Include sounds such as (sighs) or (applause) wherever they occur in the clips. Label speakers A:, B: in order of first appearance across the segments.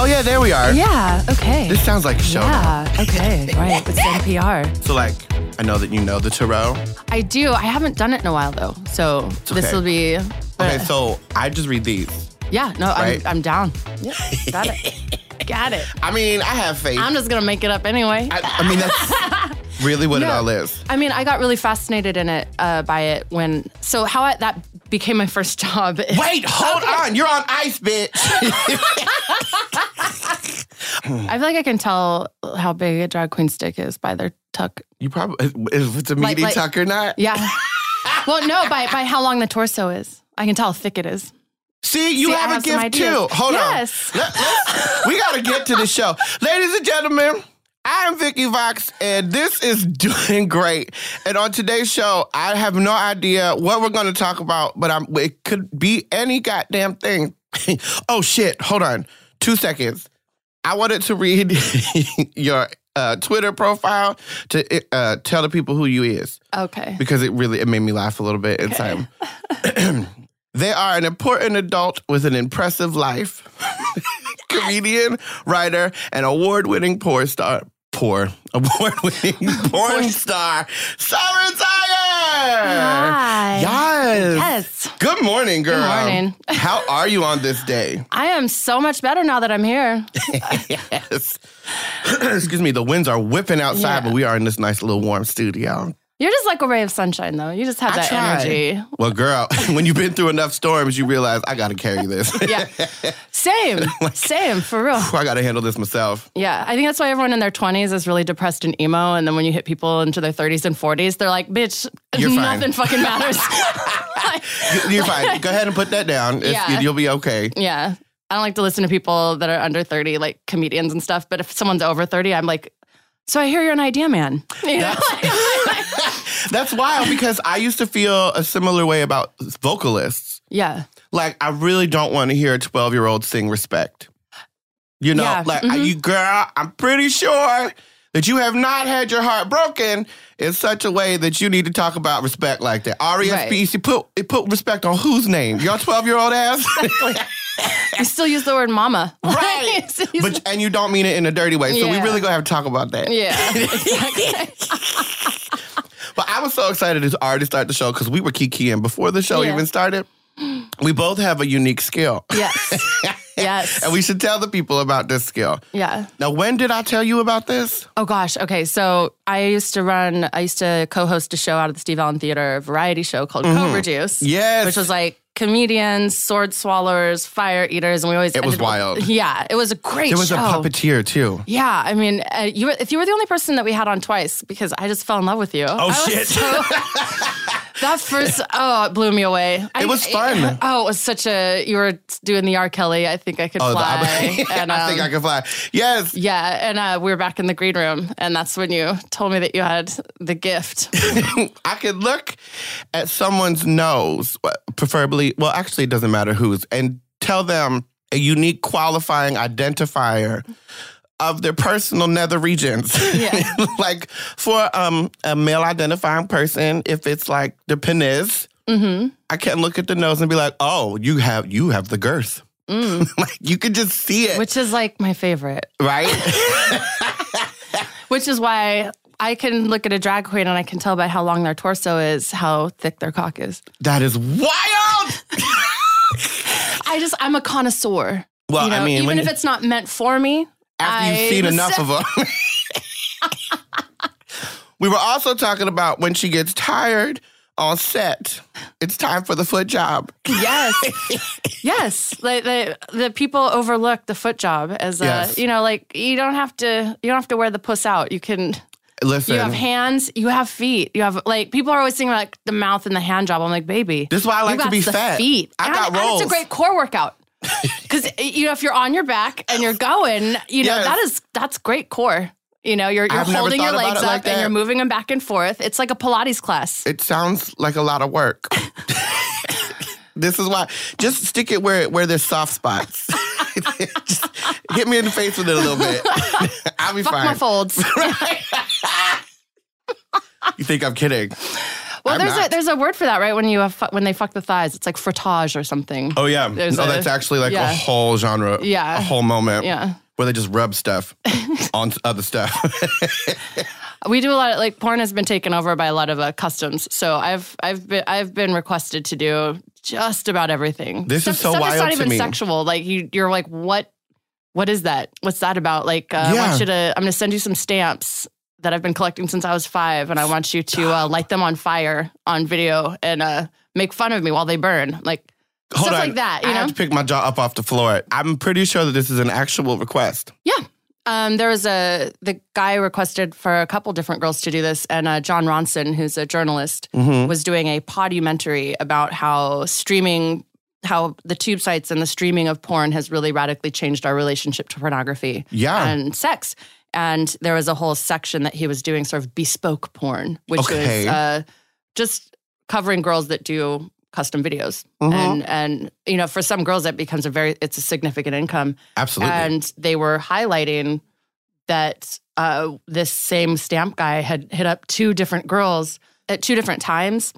A: Oh, yeah, there we are.
B: Yeah. Okay.
A: This sounds like a show.
B: yeah. Okay. Right. It's NPR.
A: So like, I know that you know the tarot.
B: I do. I haven't done it in a while though, so this
A: okay.
B: will be. uh,
A: Okay, so I just read these.
B: Yeah. No,
A: Right.
B: I'm, I'm down. Yeah. Got it. (laughs) Got it.
A: I mean, I have faith.
B: I'm just gonna make it up anyway.
A: I, I mean,
B: (laughs)
A: that's really what it
B: No.
A: all is.
B: I mean, I got really fascinated in it uh, by it when. So how I, that became my first (laughs) job. is-
A: Wait, hold on. You're on ice, bitch.
B: I feel like I can tell how big a drag queen's dick is by their tuck.
A: (laughs) you probably if it's a
B: Like-
A: meaty
B: like-
A: tuck or not.
B: Yeah.
A: (laughs)
B: well, no, by by how long the torso is. I can tell how thick it is.
A: See, you
B: See, I
A: have,
B: have
A: a
B: some
A: gift
B: ideas.
A: too. Hold
B: Yes.
A: on. Let- let's- we gotta get to the
B: (laughs)
A: show, ladies and gentlemen. I'm Vicky Vox, and this is (laughs) doing great. And on today's show, I have no idea what we're gonna talk about, but I'm, it could be any goddamn thing. (laughs) oh shit! Hold on, two seconds. I wanted to read (laughs) your uh, Twitter profile to uh, tell the people who you is
B: Okay.
A: because it really it made me laugh a little bit inside. (clears throat)
B: (laughs)
A: they are an important adult with an impressive
B: (laughs)
A: life. Comedian, writer, and award-winning porn star. Poor (laughs)
B: (laughs)
A: award-winning porn star, Sarah Tyre.
B: Hi.
A: Yes.
B: Yes.
A: Good morning, girl.
B: morning. (laughs)
A: How are you on this day?
B: I am so much better now that I'm here.
A: yes. (clears throat) Excuse me. The winds are whipping outside,
B: Yeah.
A: but we are in this nice little warm studio.
B: You're just like a ray of sunshine, though. You just have that
A: try.
B: energy.
A: Well, girl, (laughs) when you've been through enough storms, you realize I gotta carry this.
B: (laughs) Yeah. Same. Same, for
A: (laughs)
B: real.
A: I gotta handle this myself.
B: Yeah. I think that's why everyone in their 20s is really depressed and emo. And then when you hit people into their 30s and 40s, they're like, bitch,
A: You're fine.
B: nothing
A: (laughs)
B: fucking matters. Like,
A: You're
B: (laughs)
A: fine. Go ahead and put that down. It's,
B: Yeah.
A: You'll be okay.
B: yeah. I don't like to listen to people that are under 30, like comedians and stuff. But if someone's over 30, I'm like, so I hear you're an
A: (laughs)
B: idea man. You know?
A: That's wild because I used to feel a similar way about vocalists.
B: (laughs) yeah.
A: Like, I really don't wanna hear a 12 year old sing respect. You know,
B: Yeah. Mm-hmm.
A: like, you, girl, I'm pretty sure that you have not had your heart broken in such a way that you need to talk about respect like that. E R-E-S-P-E-C, put, it put respect on whose name? Your 12 year old ass? (laughs)
B: You still use the word mama. (laughs)
A: Right.
B: So you
A: but and you don't mean it in a dirty way. So we
B: Yeah.
A: really gonna have to talk about that.
B: (laughs) Yeah,
A: (laughs)
B: exactly.
A: But I was so excited to already start the show because we were kikiing before the show
B: Yeah.
A: even started. We both have a unique skill. (laughs)
B: yes. Yes.
A: And we should tell the people about this skill.
B: yeah.
A: Now, when did I tell you about this?
B: Oh gosh. Okay. So I used to run. I used to co-host a show out of the Steve Allen Theater, a variety show called Cobra Juice.
A: Mm-hmm. Yes.
B: Which was like comedians, sword swallowers, fire eaters, and we always.
A: It was
B: ended with-
A: wild.
B: yeah, it was a great.
A: There was
B: show.
A: a puppeteer too.
B: Yeah, I mean, uh, you were, if you were the only person that we had on twice, because I just fell in love with you. Oh
A: shit.
B: (laughs) that first, oh, it blew me away. It
A: was fun.
B: oh, it was such a. You were doing the R. Kelly. I think I could
A: (laughs) Oh, the-
B: fly. and,
A: I think
B: um,
A: I can fly. Yes.
B: yeah, and uh, we were back in the green room, and that's when you told me that you had the gift.
A: (laughs) I could look at someone's nose, uh, preferably, well, actually, it doesn't matter whose, and tell them a unique qualifying identifier of their personal nether regions.
B: Yeah.
A: (laughs) like for um, a male identifying person, if it's like the penis,
B: Mm-hmm.
A: I can look at the nose and be like, oh, you have you have the girth. (laughs) like you could just see it,
B: (laughs) Mm. Which is like my favorite, (laughs)
A: right?
B: which is why I can look at a drag queen and I can tell by how long their torso is how thick their cock is.
A: that is wild.
B: I just, I'm a connoisseur.
A: Well,
B: you know,
A: I mean,
B: even
A: when-
B: if it's not meant for me,
A: after
B: I
A: you've seen
B: was-
A: enough of them. we were also talking about when she gets tired on set, it's time for the foot job.
B: (laughs) Yes,
A: (laughs)
B: yes. Like the the people overlook the foot job as a,
A: Yes.
B: you know, like you don't have to, you don't have to wear the puss out. You can
A: Listen,
B: You have hands, you have feet, you have like people are always thinking about like, the mouth and the hand job. I'm like, baby,
A: This is why I like
B: you
A: to
B: got
A: be
B: the
A: fat.
B: Feet.
A: I
B: And
A: got
B: and It's
A: rolls.
B: a great
A: (laughs)
B: core workout because you know if you're on your back and you're going, you know
A: Yes.
B: that is that's great core. You know, you're you're
A: I've never
B: holding your
A: thought about
B: legs
A: it
B: up
A: like
B: and
A: that.
B: you're moving them back and forth. It's like a Pilates class.
A: it sounds like a lot of
B: (laughs)
A: work. this is why just stick it where where there's soft
B: (laughs)
A: spots. just hit me in the face with it a little bit. I'll be (laughs)
B: Fuck
A: fine.
B: my folds.
A: You think I'm kidding?
B: Well,
A: I'm
B: there's
A: not.
B: a there's a word for that, right? When you have fu- when they fuck the thighs, it's like frottage or something.
A: Oh yeah.
B: There's
A: no,
B: a-
A: that's actually like
B: yeah.
A: a whole genre.
B: Yeah.
A: A whole moment.
B: Yeah.
A: Where they just rub
B: (laughs)
A: stuff on other stuff. (laughs)
B: We do a lot of like porn has been taken over by a lot of uh, customs. So I've I've been I've been requested to do just about everything.
A: This
B: stuff,
A: is so
B: stuff
A: wild
B: It's not
A: to
B: even
A: me.
B: sexual. Like you you're like what what is that? What's that about? Like uh, I
A: Yeah.
B: want you to I'm going to send you some stamps that I've been collecting since I was 5 and I want you
A: (gasps)
B: to uh, light them on fire on video and uh, make fun of me while they burn. Like
A: Hold
B: stuff
A: on.
B: like that, you
A: I
B: know.
A: have to pick my jaw up off the floor. I'm pretty sure that this is an actual request.
B: Yeah. Um, there was a the guy requested for a couple different girls to do this, and uh, John Ronson, who's a journalist,
A: Mm-hmm.
B: was doing a podumentary about how streaming, how the tube sites and the streaming of porn has really radically changed our relationship to pornography
A: Yeah.
B: and sex. And there was a whole section that he was doing sort of bespoke porn, which
A: Okay.
B: is uh, just covering girls that do custom videos,
A: Mm-hmm.
B: and and you know for some girls that becomes a very it's a significant income.
A: Absolutely.
B: And they were highlighting that uh, this same stamp guy had hit up two different girls at two different times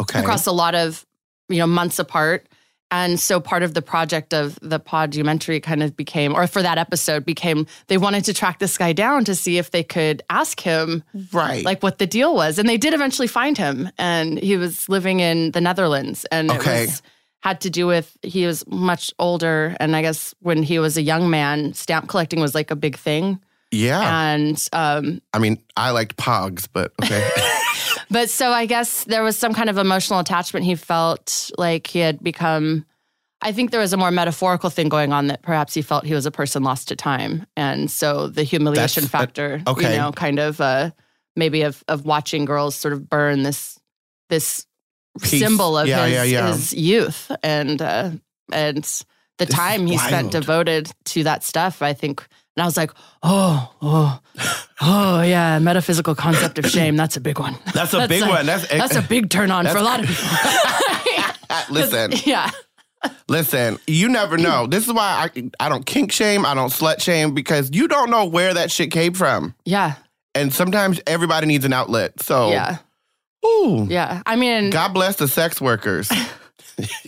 A: okay.
B: across a lot of you know months apart. And so part of the project of the podumentary kind of became, or for that episode became, they wanted to track this guy down to see if they could ask him
A: right.
B: like what the deal was. And they did eventually find him. And he was living in the Netherlands. And
A: Okay.
B: it was, had to do with he was much older. And I guess when he was a young man, stamp collecting was like a big thing.
A: yeah.
B: And um,
A: I mean, I liked pogs, but
B: (laughs)
A: okay. (laughs)
B: But so I guess there was some kind of emotional attachment he felt like he had become. I think there was a more metaphorical thing going on that perhaps he felt he was a person lost to time, and so the humiliation
A: That's- that-
B: factor,
A: okay.
B: you know, kind of uh, maybe of of watching girls sort of burn this this
A: Peace.
B: symbol of
A: Yeah,
B: his,
A: yeah, yeah.
B: his youth and uh, and the
A: This is
B: time he
A: wild.
B: spent devoted to that stuff. I think, and I was like, oh, oh, oh, yeah, metaphysical concept of shame. That's a big one. (laughs)
A: That's a big one. That's- uh, (laughs)
B: that's a big turn on for a lot of people.
A: Listen,
B: yeah,
A: listen, you never
B: (laughs)
A: know. This is why I I don't kink shame, I don't slut shame because you don't know where that shit came from.
B: yeah,
A: And sometimes everybody needs an outlet. So,
B: yeah,
A: ooh.
B: yeah. I mean,
A: God bless the sex workers.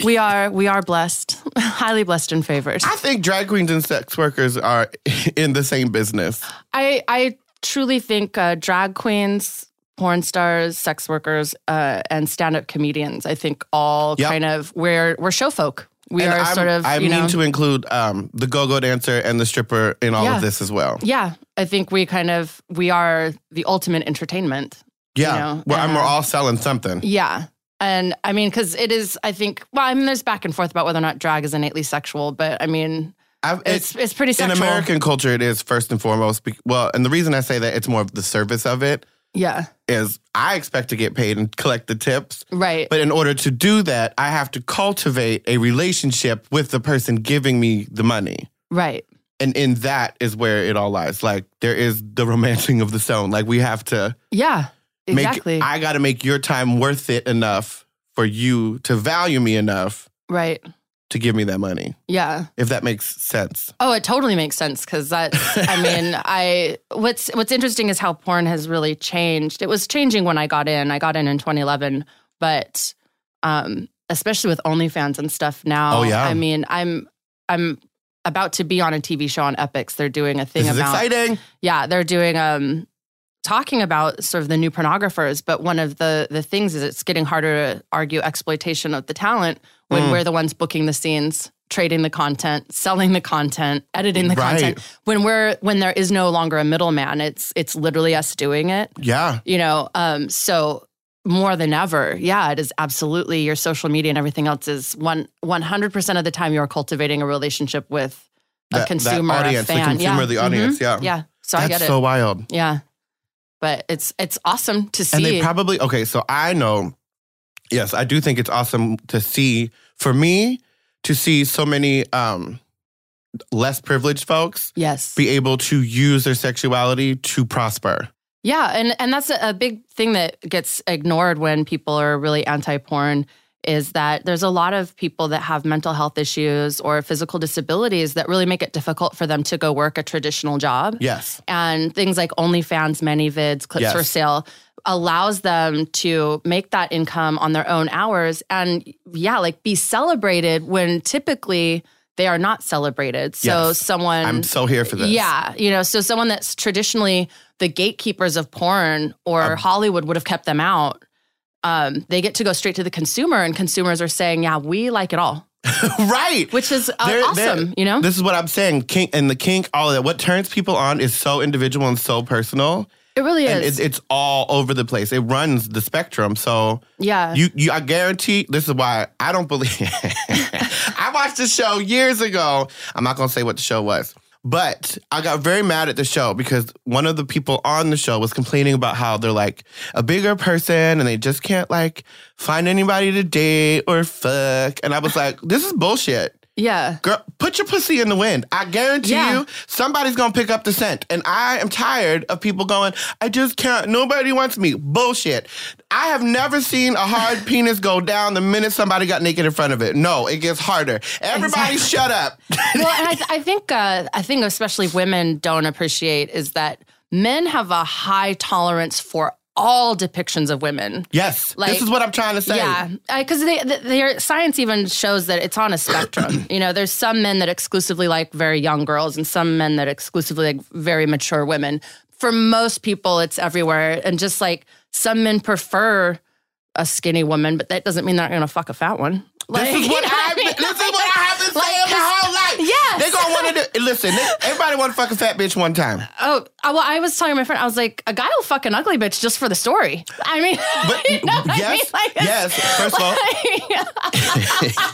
B: we are we are blessed, (laughs) highly blessed and favored.
A: I think drag queens and sex workers are (laughs) in the same business.
B: I I truly think uh, drag queens, porn stars, sex workers, uh, and stand up comedians. I think all
A: Yep.
B: kind of we're we're show folk. We
A: And
B: are
A: I'm-
B: sort of
A: I
B: you
A: mean
B: know
A: to include um, the go-go dancer and the stripper in all
B: Yeah.
A: of this as well.
B: yeah. I think we kind of we are the ultimate entertainment.
A: Yeah,
B: know,
A: well, and
B: and,
A: we're
B: um,
A: all selling something.
B: Yeah. And I mean, because it is, I think, well, I mean, there's back and forth about whether or not drag is innately sexual, but I mean,
A: I've,
B: it's
A: it's
B: it's, pretty
A: in
B: sexual.
A: American culture, it is first and foremost. Be- well, and the reason I say that it's more of the service of it
B: yeah,
A: is I expect to get paid and collect the tips.
B: right.
A: But in order to do that, I have to cultivate a relationship with the person giving me the money.
B: right.
A: And in that is where it all lies. Like there is the romancing of the stone. Like we have to
B: Yeah,
A: make
B: exactly.
A: I gotta make your time worth it enough for you to value me enough
B: right.
A: to give me that money.
B: Yeah.
A: If that makes sense.
B: Oh, it totally makes sense because that. (laughs) I mean, I what's what's interesting is how porn has really changed. It was changing when I got in. I got in in 2011, but um, especially with OnlyFans and stuff now.
A: Oh, yeah.
B: I mean, I'm I'm about to be on a TV show on Epics. They're doing a thing
A: This is
B: about
A: exciting.
B: yeah, they're doing um talking about sort of the new pornographers, but one of the the things is it's getting harder to argue exploitation of the talent when
A: Mm.
B: we're the ones booking the scenes, trading the content, selling the content, editing the
A: Right.
B: content. When we're when there is no longer a middleman, it's it's literally us doing it.
A: Yeah.
B: You know, um so more than ever, yeah, it is absolutely your social media and everything else is one one hundred percent of the time you're cultivating a relationship with a
A: That- that
B: consumer,
A: audience,
B: a
A: the
B: fan,
A: consumer,
B: yeah.
A: the audience,
B: Mhm.
A: yeah.
B: yeah. So I
A: That's
B: get it.
A: so wild.
B: Yeah. But it's it's awesome to see.
A: And they probably okay. So I know, yes, I do think it's awesome to see. For me, to see so many um, less privileged folks
B: yes.
A: be able to use their sexuality to prosper.
B: yeah, and and that's a, a big thing that gets ignored when people are really anti-porn is that there's a lot of people that have mental health issues or physical disabilities that really make it difficult for them to go work a traditional job.
A: Yes,
B: and things like OnlyFans, ManyVids, Clips
A: Yes.
B: for Sale allows them to make that income on their own hours and yeah, like be celebrated when typically they are not celebrated. So
A: Yes.
B: someone
A: I'm so here for this.
B: Yeah, you know, so someone that's traditionally the gatekeepers of porn or
A: Um,
B: Hollywood would have kept them out. Um, they get to go straight to the consumer, and consumers are saying, "Yeah, we like it all,"
A: (laughs) right.
B: which is uh,
A: They're-
B: awesome.
A: they're-
B: you know,
A: This is what I'm saying. Kink and the kink, all of that. What turns people on is so individual and so personal.
B: it really
A: And
B: is.
A: it's, it's all over the place. It runs the spectrum. So
B: yeah,
A: you, you I guarantee this is why I don't believe (laughs) I watched the show years ago. I'm not gonna say what the show was. But I got very mad at the show because one of the people on the show was complaining about how they're like a bigger person and they just can't like find anybody to date or fuck. And I was like, this is bullshit.
B: yeah,
A: Girl, put your pussy in the wind. I guarantee
B: Yeah.
A: you, somebody's gonna pick up the scent. And I am tired of people going, I just can't, nobody wants me. Bullshit. I have never seen a
B: (laughs)
A: hard penis go down the minute somebody got naked in front of it. No, it gets harder. Everybody shut
B: (laughs)
A: up.
B: well, and I, th- I think uh, I think especially women don't appreciate is that men have a high tolerance for all depictions of women.
A: yes,
B: Like-
A: this is what I'm trying to say.
B: Yeah, because they, th their science even shows that it's on
A: (clears throat)
B: a spectrum. you know, there's some men that exclusively like very young girls, and some men that exclusively like very mature women. For most people, it's everywhere, and just like some men prefer a skinny woman, but that doesn't mean they're going to fuck a fat one. Like, (laughs)
A: This is what
B: you know
A: I've
B: I
A: been,
B: mean?
A: this is what I have been
B: Like,
A: saying my whole
B: (laughs)
A: life.
B: Yes.
A: They're gonna wanna do listen, they, everybody wanna fuck a fat bitch one time.
B: (laughs) Oh, I- well, I was telling my friend, I was like, a guy will fuck an ugly bitch just for the story. I mean, (laughs)
A: But
B: you know what I mean?
A: yes,
B: Like, it's-
A: yes, first of
B: (laughs)
A: all, (laughs)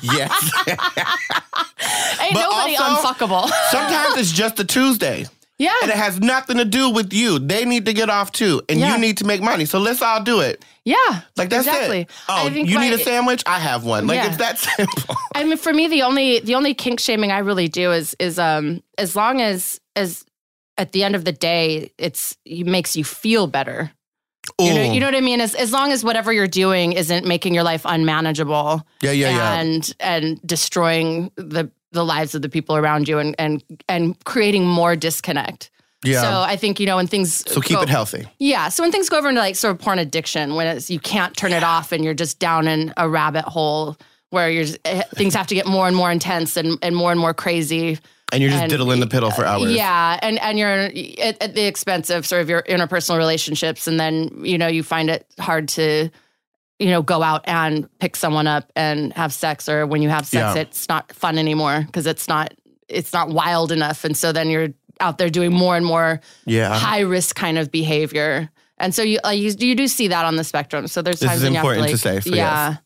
A: yes.
B: ain't
A: But
B: nobody
A: also- (laughs)
B: unfuckable.
A: Sometimes it's just a Tuesday.
B: yeah.
A: And it has nothing to do with you. They need to get off too, and
B: Yeah.
A: you need to make money. So let's all do it.
B: Yeah.
A: Like that's
B: exactly.
A: it. Oh,
B: I think
A: you
B: my-
A: need a sandwich? I have one. Like
B: Yeah.
A: it's that (laughs) simple.
B: I mean, for me, the only the only kink shaming I really do is is um as long as as at the end of the day, it's it makes you feel better. You know,
A: Ooh.
B: you know what I mean? As as long as whatever you're doing isn't making your life unmanageable
A: yeah, yeah, yeah.
B: and and destroying the the lives of the people around you and and and creating more disconnect.
A: yeah.
B: So
A: So,
B: I think you know when things
A: keep
B: go-
A: it healthy.
B: yeah. So when things go over into like sort of porn addiction, when it's, you can't turn it off and you're just down in a rabbit hole where you're just, eh, things have to get more and more intense and, and more and more crazy.
A: And you're just
B: and-
A: diddling the piddle for hours.
B: Yeah. And, and you're at, at the expense of sort of your interpersonal relationships. And then, you know, you find it hard to, you know, go out and pick someone up and have sex. Or when you have sex,
A: Yeah.
B: it's not fun anymore because it's not, it's not wild enough. And so then you're out there doing more and more
A: Yeah.
B: high risk kind of behavior. And so you, uh, you you do see that on the spectrum. So there's
A: This
B: times
A: is
B: when you
A: important
B: have
A: to
B: to, like,
A: say, so
B: yeah.
A: yes.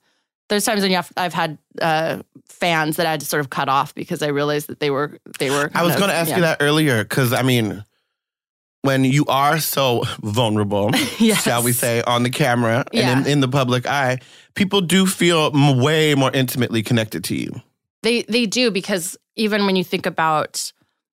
B: There's times when you have, I've had uh, fans that I had to sort of cut off because I realized that they were they were.
A: I was
B: kind of-
A: going to ask
B: yeah.
A: you that earlier because I mean, when you are so vulnerable,
B: (laughs) (laughs) Yes.
A: shall we say, on the camera
B: Yeah.
A: and in, in the public eye, people do feel m- way more intimately connected to you.
B: They they do because even when you think about,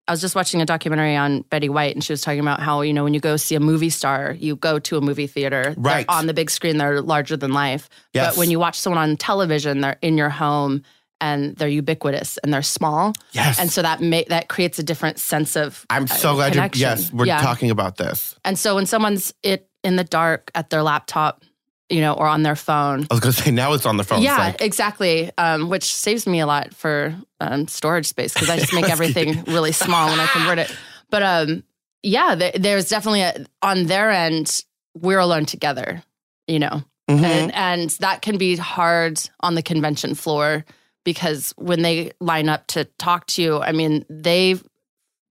B: I was just watching a documentary on Betty White and she was talking about how you know when you go see a movie star, you go to a movie theater They're
A: Right.
B: on the big screen, they're larger than life.
A: Yes.
B: But when you watch someone on television, they're in your home and they're ubiquitous and they're small.
A: Yes.
B: and so that ma- that creates a different sense of
A: I'm so
B: uh,
A: glad you're,
B: connection.
A: yes, we're
B: Yeah.
A: talking about this.
B: and so when someone's it in the dark at their laptop you know or on their phone
A: I was gonna say now it's on the phone. It's
B: yeah
A: like-
B: exactly um, which saves me a lot for um, storage space because i just
A: (laughs)
B: make everything really small when i convert it but um, yeah th- there's definitely a, on their end we're alone together you know
A: Mhm.
B: and, and that can be hard on the convention floor because when they line up to talk to you, I mean, they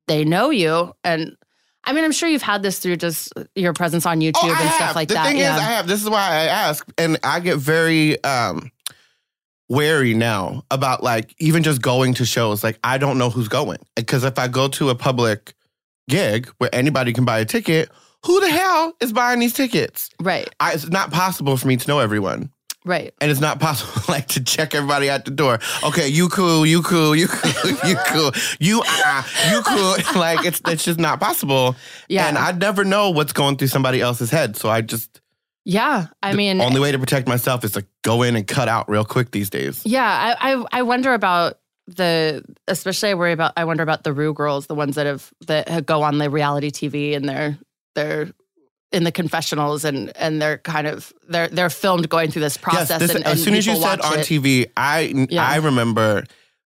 B: they know you, and I mean, I'm sure you've had this through just uh, your presence on YouTube
A: Oh, I
B: and
A: have.
B: stuff like
A: the
B: that.
A: thing
B: yeah,
A: is, I have. This is why I ask, and I get very um wary now about like even just going to shows. Like I don't know who's going because if I go to a public gig where anybody can buy a ticket, who the hell is buying these tickets?
B: right,
A: I, it's not possible for me to know everyone.
B: right.
A: And it's not possible, (laughs) like, to check everybody out the door. Okay, you cool, you cool, you cool, (laughs) you cool, you uh, you cool. (laughs) Like, it's it's just not possible.
B: Yeah.
A: and I never know what's going through somebody else's head. So I just
B: Yeah, I mean,
A: only way to protect myself is to go in and cut out real quick these days.
B: yeah, I, I I wonder about the especially I worry about I wonder about the Rue girls, the ones that have that have- go on the reality TV and they're they're in the confessionals and and they're kind of they're they're filmed going through this process.
A: this-
B: and,
A: as
B: and
A: soon as you
B: people
A: said
B: watch
A: on
B: it.
A: TV, I
B: Yeah.
A: I remember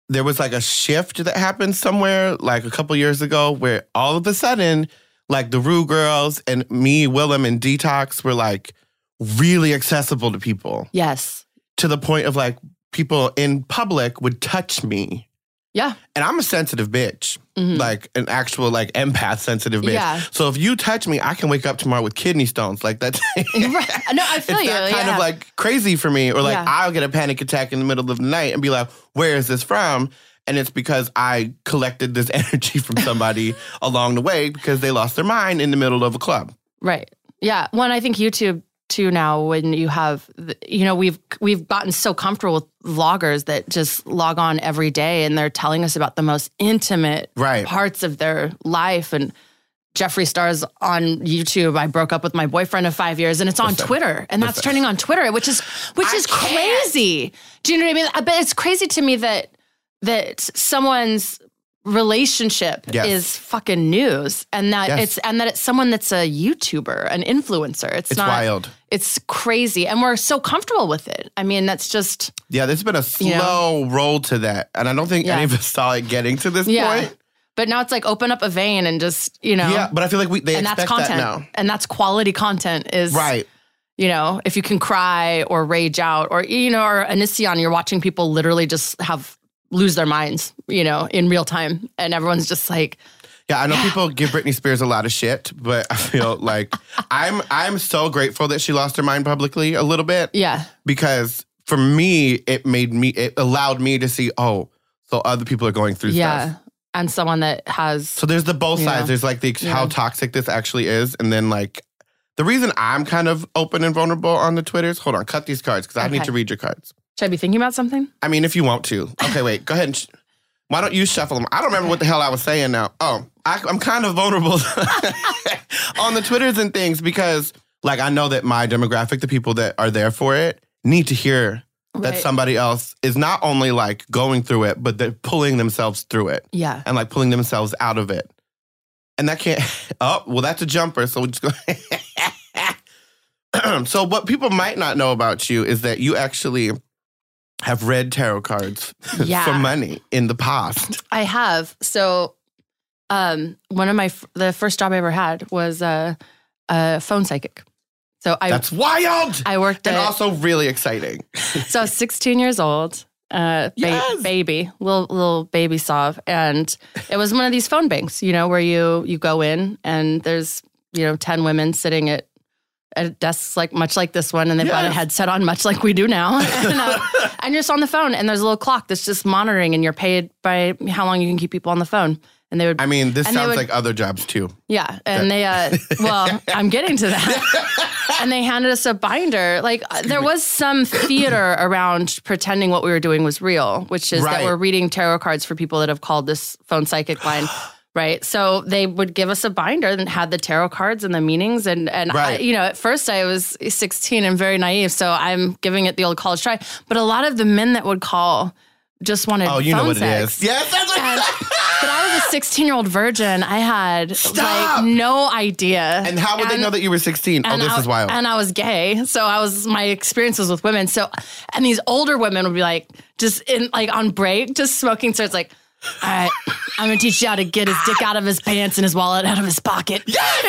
A: there was like a shift that happened somewhere like a couple years ago where all of a sudden like the Rue girls and me, Willem and Detox were like really accessible to people
B: Yes.
A: to the point of like people in public would touch me.
B: Yeah.
A: And I'm a sensitive bitch,
B: Mhm.
A: like an actual like empath sensitive bitch.
B: Yeah. (laughs)
A: So if you touch me, I can wake up tomorrow with kidney stones. Like that's
B: Right. No, I feel
A: it's
B: you.
A: that kind
B: Oh, yeah.
A: of like crazy for me. Or like
B: Yeah.
A: I'll get a panic attack in the middle of the night and be like, where is this from? And it's because I collected this (laughs) energy from
B: (laughs)
A: somebody along the way because they lost their mind in the middle of a club.
B: Right. Yeah. One, I think YouTube too now when you have th- you know we've we've gotten so comfortable with vloggers that just log on every day and they're telling us about the most intimate
A: Right.
B: parts of their life and Jeffree Star's on YouTube. I broke up with my boyfriend of five years, and it's on Twitter, and that's turning on Twitter, which is which is crazy. Do you know what I mean? Uh, But it's crazy to me that that someone's relationship
A: Yes.
B: is fucking news, and that
A: Yes.
B: it's and that it's someone that's a YouTuber, an influencer. It's,
A: It's
B: not.
A: wild.
B: It's crazy, and we're so comfortable with it. I mean, that's just
A: Yeah, there's been a slow
B: know?
A: roll to that. And I don't think any
B: Yeah.
A: of us saw it getting to this
B: yeah.
A: point.
B: But now it's like open up a vein and just you know.
A: Yeah, but I feel like we they
B: and that's
A: expect
B: content
A: that now.
B: and that's quality content is
A: Right.
B: you know if you can cry or rage out or you know or anision you're watching people literally just have lose their minds you know in real time and everyone's just like
A: Yeah, I know people give Britney Spears a lot of shit, but I feel
B: (laughs)
A: like I'm I'm so grateful that she lost her mind publicly a little bit.
B: yeah
A: because for me it made me it allowed me to see oh so other people are going through
B: yeah
A: stuff
B: and someone that has
A: so there's the both
B: Yeah.
A: sides there's like the how
B: Yeah.
A: toxic this actually is and then like the reason i'm kind of open and vulnerable on the twitters hold on cut these cards because i need
B: Okay.
A: to read your cards
B: should i be thinking about something
A: i mean if you want to okay wait go ahead and sh- why don't you shuffle them i don't remember what the hell i was saying now oh I, i'm kind of vulnerable (laughs) on the twitters and things because like i know that my demographic the people that are there for it need to hear that
B: Right.
A: somebody else is not only like going through it, but they're pulling themselves through it
B: yeah
A: and like pulling themselves out of it. And that can't, (laughs) oh, well, that's a jumper. So we just go. (laughs) so, what people might not know about you is that you actually have read tarot cards (laughs)
B: Yeah.
A: for money in the past.
B: i have so um one of my f- the first job i ever had was a, a phone psychic so i
A: That's wild.
B: i worked
A: and
B: at
A: also really exciting.
B: (laughs) So I was 16 years old, uh, ba-
A: Yes.
B: baby, little little baby sov, and it was one of these phone banks, you know, where you you go in and there's you know 10 women sitting at at desks like much like this one, and they've got a
A: Yes.
B: headset on, much like we do now, (laughs)
A: (laughs)
B: and, uh, and you're just on the phone, and there's a little clock that's just monitoring, and you're paid by how long you can keep people on the phone, and they would
A: I mean, this
B: And they
A: sounds
B: would-
A: like other jobs too.
B: yeah, and they uh
A: (laughs)
B: well, I'm getting to that. and they handed us a binder. Like uh, there was some theater around pretending what we were doing was real, which is
A: Right.
B: that we're reading tarot cards for people that have called this phone psychic
A: (gasps)
B: line. Right. So they would give us a binder and had the tarot cards and the meanings. And, and
A: Right.
B: I, you know, at first I was 16 and very naive. So I'm giving it the old college try. But a lot of the men that would call just wanted
A: Oh, you
B: phone
A: know what
B: sex.
A: it is. Yes, that's what
B: And- but I was a 16 year old virgin. I had
A: Stop!
B: like no idea.
A: And how would they know that you were 16? Oh,
B: and
A: this
B: I-
A: is wild.
B: And I was gay, so I was my experiences with women. So, and these older women would be like, just in like on break, just smoking cigarettes, like. All right, I'm gonna teach you how to get his dick out of his pants and his wallet out of his pocket. (laughs)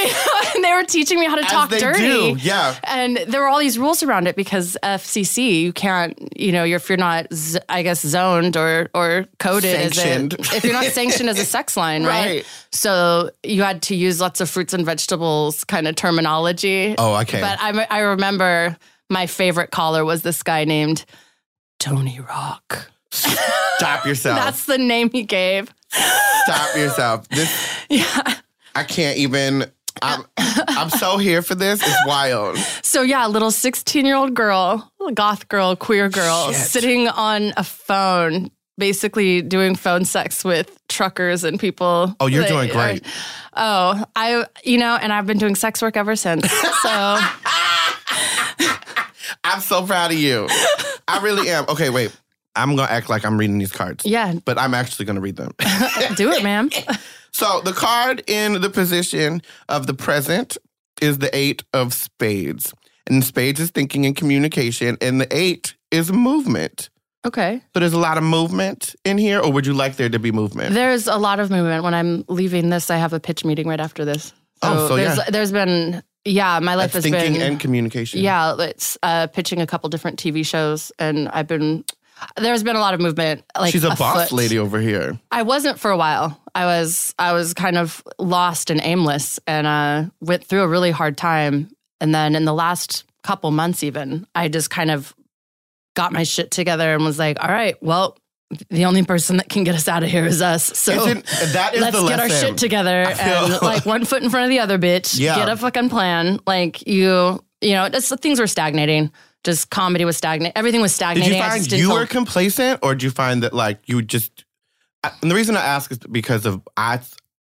B: and they were teaching me how to talk
A: they
B: dirty.
A: do, yeah.
B: And there were all these rules around it because FCC, you can't, you know, if you're not, z- I guess, zoned or or coded
A: Sanctioned.
B: as a, if
A: (laughs)
B: you're not sanctioned as a sex line, right?
A: Right.
B: So you had to use lots of fruits and vegetables kind of terminology.
A: Oh, okay.
B: But I, I remember my favorite caller was this guy named Tony Rock.
A: Stop yourself.
B: (laughs) That's the name he gave.
A: Stop yourself. This,
B: Yeah.
A: I can't even. I'm, I'm so here for this. It's wild.
B: So yeah, little 16-year-old girl, goth girl, queer girl,
A: Shit.
B: sitting on a phone, basically doing phone sex with truckers and people.
A: Oh, you're
B: that
A: doing
B: are-
A: great.
B: oh, I you know, and I've been doing sex work ever since.
A: (laughs)
B: So
A: I'm so proud of you. I really am. Okay, wait. I'm gonna act like I'm reading these cards.
B: yeah,
A: But I'm actually gonna read (laughs) them.
B: do it, ma'am.
A: so the card in the position of the present is the eight of spades. And spades is thinking and communication, and the eight is movement.
B: Okay.
A: So there's a lot of movement in here, or would you like there to be movement?
B: There's a lot of movement. When I'm leaving this, I have a pitch meeting right after this.
A: Oh, so
B: there's,
A: yeah.
B: there's been, yeah, my life
A: That's
B: has
A: thinking
B: been.
A: and communication.
B: Yeah, it's uh, pitching a couple different TV shows, and I've been there's been a lot of movement. Like
A: She's a boss
B: afoot.
A: lady over here.
B: I wasn't for a while. I was I was kind of lost and aimless, and uh, went through a really hard time. And then in the last couple months, even I just kind of got my shit together and was like, all right, well. The only person that can get us out of here is us. So
A: Isn't- that is
B: let's
A: the
B: get our
A: lesson.
B: shit together
A: feel-
B: and (laughs) like one foot in front of the other, bitch.
A: Yeah.
B: Get a fucking plan. Like you, you know, just things were stagnating. Just comedy was stagnant. Everything was
A: Did
B: stagnating.
A: you
B: I
A: find
B: just didn't
A: you
B: feel-
A: were complacent, or did you find that like you just? I- And the reason I ask is because of I,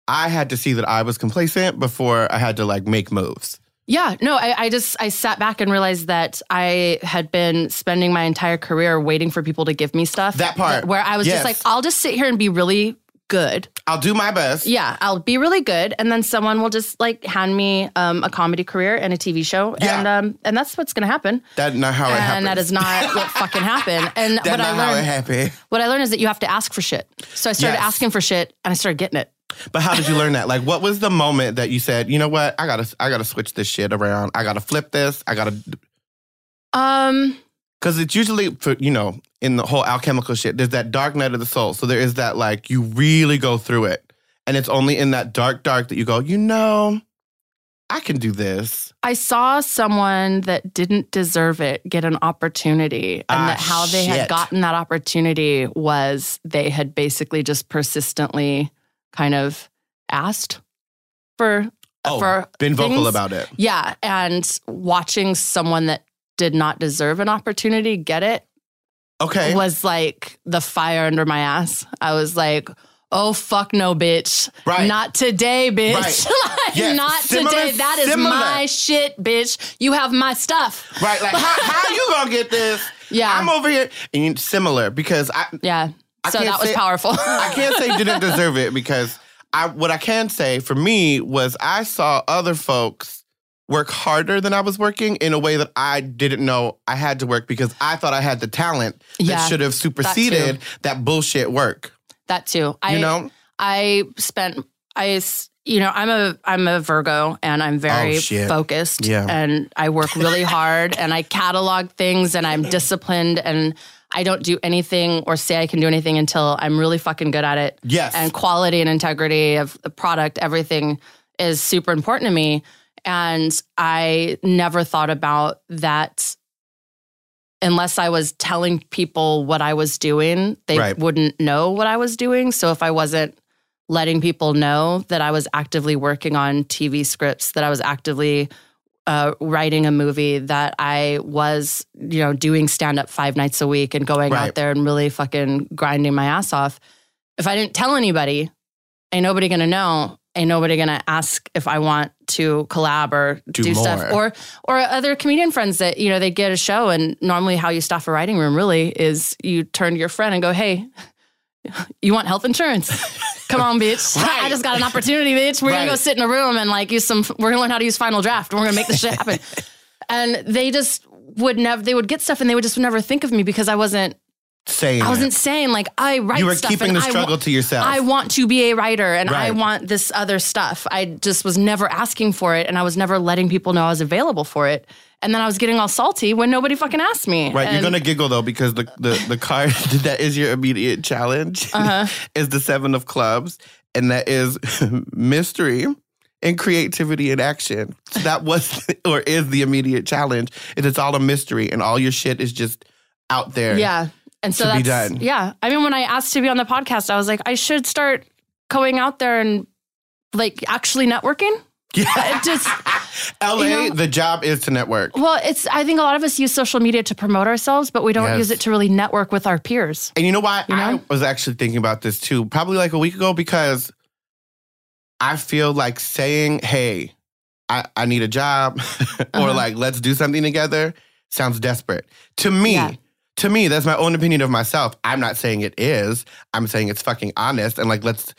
A: I had to see that I was complacent before I had to like make moves.
B: Yeah, no, I, I just I sat back and realized that I had been spending my entire career waiting for people to give me stuff.
A: That part.
B: where I was
A: Yes.
B: just like, I'll just sit here and be really good.
A: I'll do my best.
B: Yeah, I'll be really good, and then someone will just like hand me um, a comedy career and a TV show,
A: Yeah.
B: and um, and that's what's gonna happen.
A: That's not how it
B: and
A: happened.
B: that is Uh,
A: (laughs)
B: not what fucking happened. And
A: That's
B: what
A: not
B: I
A: how it
B: learned,
A: happened.
B: what I learned is that you have to ask for shit. So I started
A: Yes.
B: asking for shit, and I started getting it.
A: But how did you learn that? Like, what was the moment that you said, you know what, I gotta, I gotta switch this shit around. I gotta flip this. I gotta,
B: Um,
A: because it's usually for you know in the whole alchemical shit. There's that dark night of the soul. So there is that like you really go through it, and it's only in that dark, dark that you go, you know, I can do this.
B: I saw someone that didn't deserve it get an opportunity, and
A: Ah,
B: that how they
A: shit.
B: had gotten that opportunity was they had basically just persistently kind of asked for
A: Oh,
B: for
A: been vocal
B: things-
A: about it.
B: yeah, and watching someone that did not deserve an opportunity get it
A: Okay,
B: was like the fire under my ass. I was like, oh fuck no, bitch.
A: Right.
B: Not today, bitch.
A: Right.
B: (laughs) Like,
A: Yes.
B: Not
A: Similar-
B: today. That is
A: similar.
B: my shit, bitch. You have my stuff.
A: right? Like, how, how you gonna get this?
B: (laughs) Yeah.
A: I'm over here, and you- similar because I,
B: yeah.
A: I
B: so
A: can't
B: that was
A: say-
B: powerful. (laughs)
A: I can't say didn't deserve it because I what I can say for me was I saw other folks work harder than I was working in a way that I didn't know I had to work because I thought I had the talent that
B: Yeah,
A: should have superseded that, bullshit work.
B: that too. I
A: You know?
B: I spent I s- you know I'm a I'm a Virgo and I'm very
A: Oh, shit.
B: focused
A: Yeah.
B: and I
A: (laughs)
B: work really hard and I catalog things and I'm disciplined and I don't do anything or say I can do anything until I'm really fucking good at it.
A: Yes.
B: And quality and integrity of the product, everything is super important to me and I never thought about that unless I was telling people what I was doing, they
A: Right.
B: wouldn't know what I was doing. So if I wasn't letting people know that I was actively working on TV scripts, that I was actively uh, writing a movie, that I was, you know, doing stand up five nights a week and going
A: Right.
B: out there and really fucking grinding my ass off. If I didn't tell anybody, ain't nobody gonna know. Ain't nobody gonna ask if I want to collab or
A: Do
B: do, stuff
A: more.
B: or or other comedian friends that you know they get a show and normally how you staff a writing room really is you turn to your friend and go, hey, you want
A: (laughs)
B: health insurance? Come on, bitch!
A: Right.
B: I just got an opportunity, bitch. We're gonna go
A: Right.
B: sit in a room and like use some. We're gonna learn how to use Final Draft and we're gonna make this shit
A: (laughs)
B: happen. and they just would never. They would get stuff and they would just never think of me because I wasn't.
A: Saying
B: I
A: it.
B: wasn't saying like I write.
A: you were
B: stuff
A: keeping
B: and
A: the
B: I wa-
A: struggle to yourself.
B: I want to be a writer and I
A: Right.
B: want this other stuff. I just was never asking for it and I was never letting people know I was available for it. And then I was getting all salty when nobody fucking asked me.
A: Right, you're
B: And-
A: gonna giggle though because the the, the card (laughs) that is your immediate challenge
B: Uh-huh.
A: is the seven of clubs, and that is (laughs) mystery and creativity in action. So that was (laughs) or is the immediate challenge. It is all a mystery, and all your shit is just out there.
B: Yeah. And so
A: to be
B: that's
A: done.
B: yeah. I mean, when I asked to be on the podcast, I was like, I should start going out there and like actually networking.
A: (laughs) yeah.
B: It just
A: La,
B: you know-
A: the job is to network.
B: well, it's I think a lot of us use social media to promote ourselves, but we don't
A: Yes.
B: use it to really network with our peers.
A: And you know why?
B: You know?
A: I was actually thinking about this too, probably like a week ago, because I feel like saying, hey, I, I need a job (laughs) or
B: Uh-huh.
A: like let's do something together sounds desperate. To me,
B: Yeah.
A: to me, that's my own opinion of myself. I'm not saying it is. I'm saying it's fucking honest and like let's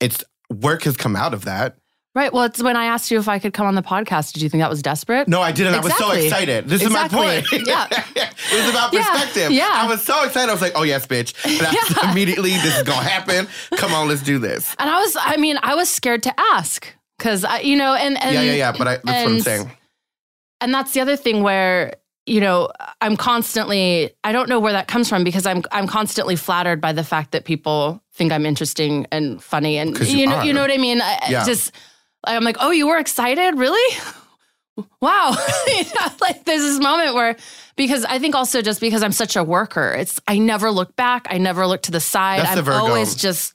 A: it's work has come out of that.
B: Right. Well, it's when I asked you if I could come on the podcast. Did you think that was desperate?
A: No, I didn't. I was so
B: Exactly.
A: excited. This is my
B: Exactly.
A: point.
B: Yeah.
A: (laughs) it was about
B: Yeah.
A: perspective.
B: Yeah.
A: I was so excited. I was like, oh, yes, bitch. And
B: (laughs)
A: I was immediately, this is going to happen. Come on, let's do this.
B: And I was, I mean, I was scared to ask because I, you know, and, and
A: yeah, yeah, yeah. But I, that's what I'm
B: and-
A: saying.
B: and that's the other thing where you know i'm constantly i don't know where that comes from because i'm i'm constantly flattered by the fact that people think i'm interesting and funny and
A: 'Cause you
B: know you
A: are.
B: know what i mean I, I
A: Yeah.
B: just i'm like oh you were excited really (laughs) wow (laughs) You know, like there's this moment where because i think also just because i'm such a worker it's i never look back i never look to the side
A: That's the
B: i'm
A: Virgo.
B: always just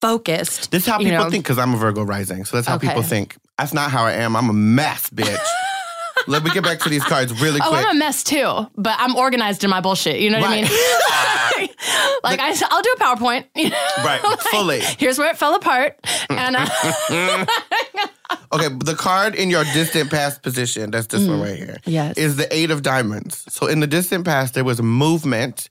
B: focused
A: This is how
B: you
A: people
B: know.
A: think because I'm a Virgo rising. So that's how people
B: Okay.
A: think. That's not how I am. I'm a mess, bitch.
B: (laughs)
A: Let me get back to these cards really
B: Oh,
A: quick.
B: I'm a mess too, but I'm organized in my bullshit. You know what (laughs) I mean? (laughs) like, I, I'll do a PowerPoint. (laughs) you know?
A: Right,
B: Like,
A: fully.
B: Here's where it fell apart. And uh, (laughs)
A: Okay, the card in your distant past position, that's this
B: Mm.
A: one right here,
B: Yes.
A: is the Eight of Diamonds. So in the distant past, there was movement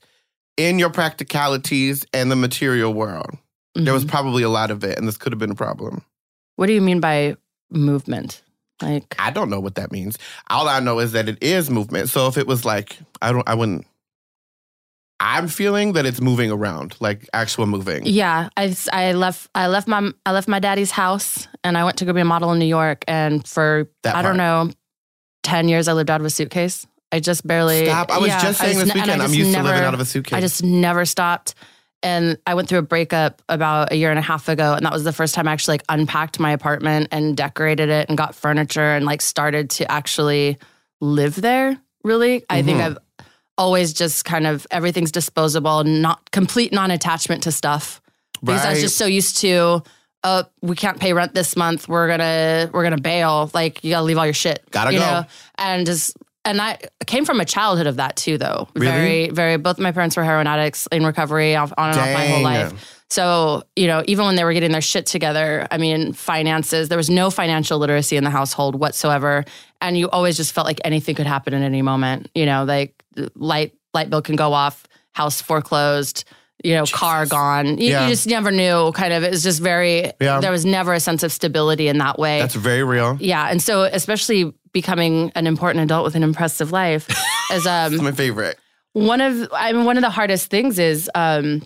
A: in your practicalities and the material world. There
B: Mm-hmm.
A: was probably a lot of it, and this could have been a problem.
B: what do you mean by movement? Like,
A: I don't know what that means. All I know is that it is movement. So if it was like, I don't, I wouldn't. I'm feeling that it's moving around, like actual moving.
B: yeah, I, s- I left I left my I left my daddy's house and I went to go be a model in New York. And for
A: That
B: I don't
A: part.
B: know, ten years I lived out of a suitcase. I just barely
A: Stop. I was
B: yeah,
A: just saying
B: was
A: this
B: ne- and I
A: weekend, I'm
B: just
A: used to living
B: never-
A: out of a suitcase.
B: I just never stopped. And I went through a breakup about a year and a half ago, and that was the first time I actually like unpacked my apartment and decorated it and got furniture and like started to actually live there. Really, I think I've always just kind of everything's disposable, not complete non-attachment to stuff because I was
A: Right.
B: just so used to. Uh, we can't pay rent this month. We're gonna we're gonna bail. Like you gotta leave all your shit.
A: Gotta
B: you
A: go.
B: and just and I came from a childhood of that too, though.
A: Really?
B: Very, very. Both my parents were heroin addicts in recovery, off, on and off my whole
A: Dang.
B: life. So you know, even when they were getting their shit together, I mean, finances. There was no financial literacy in the household whatsoever, and you always just felt like anything could happen at any moment. You know, like light light bill can go off, house foreclosed. You know, car gone. You,
A: Yeah.
B: you just never knew. Kind of, it was just very.
A: Yeah.
B: There was never a sense of stability in that way.
A: That's very real.
B: Yeah, and so especially becoming an important adult with an impressive
A: (laughs)
B: life is
A: It's
B: um
A: my favorite.
B: one of I mean one of the hardest things is um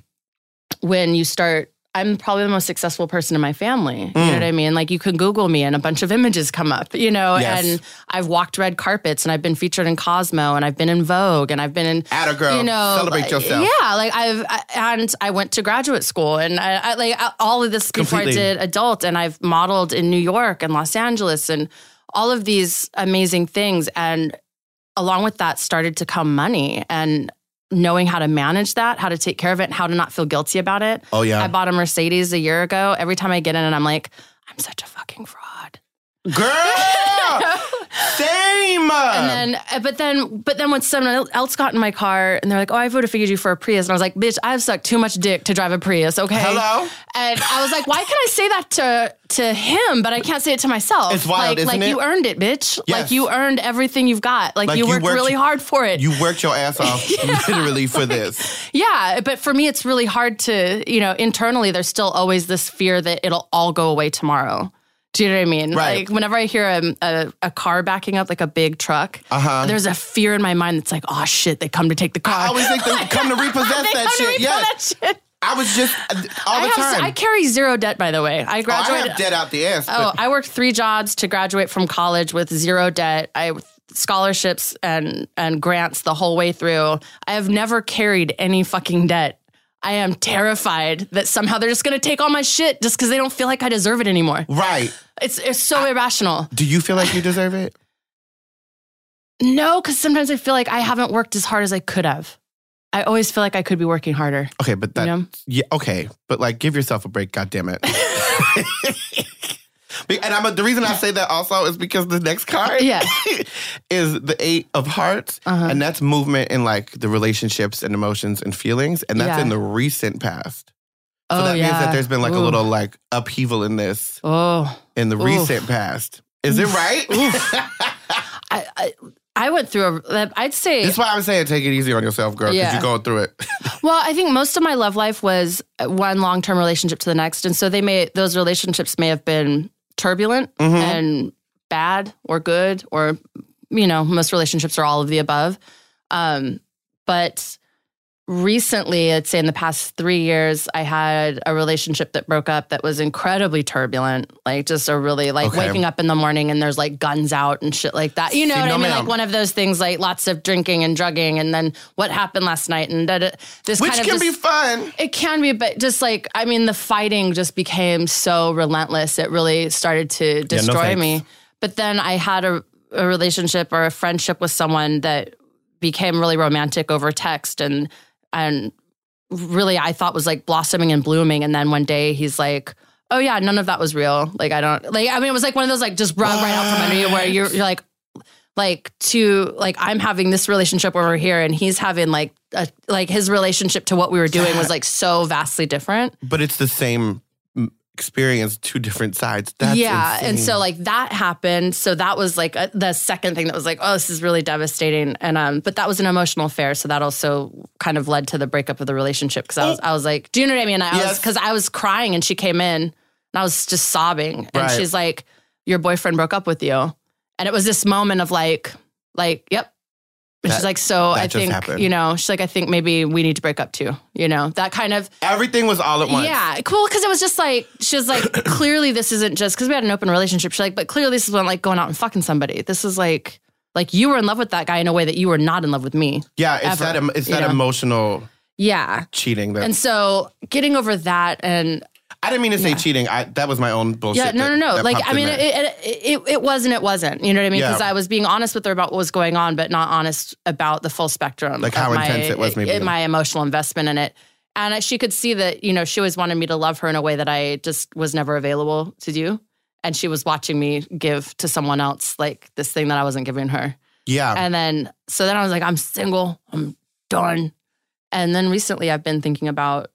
B: when you start I'm probably the most successful person in my family. You
A: Mm.
B: know what I mean? Like you can Google me and a bunch of images come up, you know,
A: Yes.
B: and I've walked red carpets and I've been featured in Cosmo and I've been in Vogue and I've been in
A: Atta girl.
B: you know,
A: Celebrate
B: like,
A: yourself.
B: Yeah, like I've I, and I went to graduate school, and I, I like I- all of this before
A: Completely.
B: I did adult, and I've modeled in New York and Los Angeles, and all of these amazing things, and along with that started to come money and knowing how to manage that, how to take care of it, and how to not feel guilty about it.
A: Oh, yeah.
B: I bought a Mercedes a year ago. Every time I get in, and I'm like, I'm such a fucking fraud. (laughs)
A: Girl! Same!
B: And then, uh, but then, but then when someone el- else got in my car and they're like, "Oh, I voted for you for a Prius," and I was like, "Bitch, I've sucked too much dick to drive a Prius." Okay,
A: Hello?
B: And I was like, "Why can I say that to to him, but I can't say it to myself?"
A: It's wild,
B: like,
A: isn't
B: like
A: it?
B: you earned it, bitch.
A: Yes.
B: Like you earned everything you've got. Like,
A: Like,
B: you,
A: you
B: worked
A: worked-
B: really hard for it.
A: You worked your ass
B: (laughs)
A: off literally for this.
B: yeah, but for me, it's really hard to you know internally. There's still always this fear that it'll all go away tomorrow. Do you know what I mean?
A: Right.
B: Like whenever I hear a, a, a car backing up, like a big truck,
A: Uh-huh.
B: there's a fear in my mind that's like, oh shit, they come to take the car.
A: I always think they come to repossess
B: (laughs) They
A: that
B: come to
A: shit.
B: repo
A: Yes.
B: that shit.
A: I was just uh, all
B: I,
A: the
B: have,
A: time.
B: I carry zero debt, by the way. I
A: Oh, I
B: graduated.
A: have dead out the ass.
B: Oh,
A: but
B: I worked three jobs to graduate from college with zero debt. I scholarships and and grants the whole way through. I have never carried any fucking debt. I am terrified that somehow they're just going to take all my shit just because they don't feel like I deserve it anymore.
A: right.
B: It's it's so irrational.
A: Do you feel like you deserve it?
B: No, because sometimes I feel like I haven't worked as hard as I could have. I always feel like I could be working harder.
A: Okay, but that
B: You know?
A: yeah, okay, but like give yourself a break, God damn
B: (laughs)
A: it. Be- and I'm a, the reason I say that also is because the next card
B: Yeah.
A: (laughs) is the eight of hearts,
B: Uh-huh.
A: and that's movement in like the relationships and emotions and feelings, and that's
B: Yeah.
A: in the recent past. So
B: oh
A: that
B: yeah.
A: means that there's been like a
B: Ooh.
A: little like upheaval in this
B: Oh.
A: in the
B: Oof.
A: recent past. Is it right?
B: I, I I went through a. I'd
A: (laughs)
B: say
A: That's why I'm saying take it easy on yourself, girl, because
B: Yeah.
A: you're going through it.
B: Well, I think most of my uh, love life was one long term relationship to the next. And so they may, those relationships may have been turbulent
A: Mm-hmm.
B: and bad or good or you know most relationships are all of the above um, but recently i'd say in the past three years i had a relationship that broke up that was incredibly turbulent like just a really like
A: Okay.
B: waking up in the morning and there's like guns out and shit like that you know
A: See,
B: what
A: no,
B: i mean
A: ma'am.
B: like one of those things like lots of drinking and drugging and then what happened last night and da, da,
A: (laughs)
B: this
A: Which
B: kind of
A: can
B: just-
A: be fun.
B: it can be, but just like I mean, the fighting just became so relentless. It really started to destroy
C: thanks.
B: me. But then I had a, a relationship or a friendship with someone that became really romantic over text, and and really I thought was like blossoming and blooming. And then one day he's like. Oh yeah, none of that was real. Like I don't like. I mean, it was like one of those like just rug right out from under you, where you're, you're like, like to like I'm having this relationship over here and he's having like a, like his relationship to what we were doing was like so vastly different.
A: But it's the same mm, experience, two different sides. That's
B: yeah, and
A: insane.
B: so like that happened. So that was like a, the second thing that was like, oh, this is really devastating. And um, but that was an emotional affair, so that also kind of led to the breakup of the relationship because I was I was like, do you know what I mean? I was
A: Yes.
B: because I was crying and she came in and I was just sobbing and
A: Right.
B: she's like, your boyfriend broke up with you, and it was this moment of like, like, yep. And she's
A: That-
B: like, so
A: that
B: I
A: just
B: think
A: happened.
B: you know. She's like, I think maybe we need to break up too. You know, that kind of
A: everything was all at once.
B: yeah, cool. Because it was just like she was like, clearly this isn't just because we had an open relationship. She's like, but clearly this isn't like going out and fucking somebody. This is like, like you were in love with that guy in a way that you were not in love with me.
A: Yeah, it's
B: Ever,
A: that em- it's
B: you
A: that
B: know?
A: emotional
B: Yeah.
A: cheating that
B: And so getting over that and
A: I didn't mean to say cheating. I that was my own bullshit.
B: yeah, no,
A: that-
B: no, no.
A: that
B: Like
A: popped
B: I
A: in
B: mean,
A: there.
B: it, it it it was and it wasn't. You know what I mean? Because
A: Yeah.
B: I was being honest with her about what was going on, but not honest about the full spectrum.
A: Like
B: of
A: how
B: my,
A: intense it was maybe.
B: in my emotional investment in it. And she could see that you know she always wanted me to love her in a way that I just was never available to do, and she was watching me give to someone else like this thing that I wasn't giving her.
A: yeah.
B: And then so then I was like, I'm single, I'm done. And then recently I've been thinking about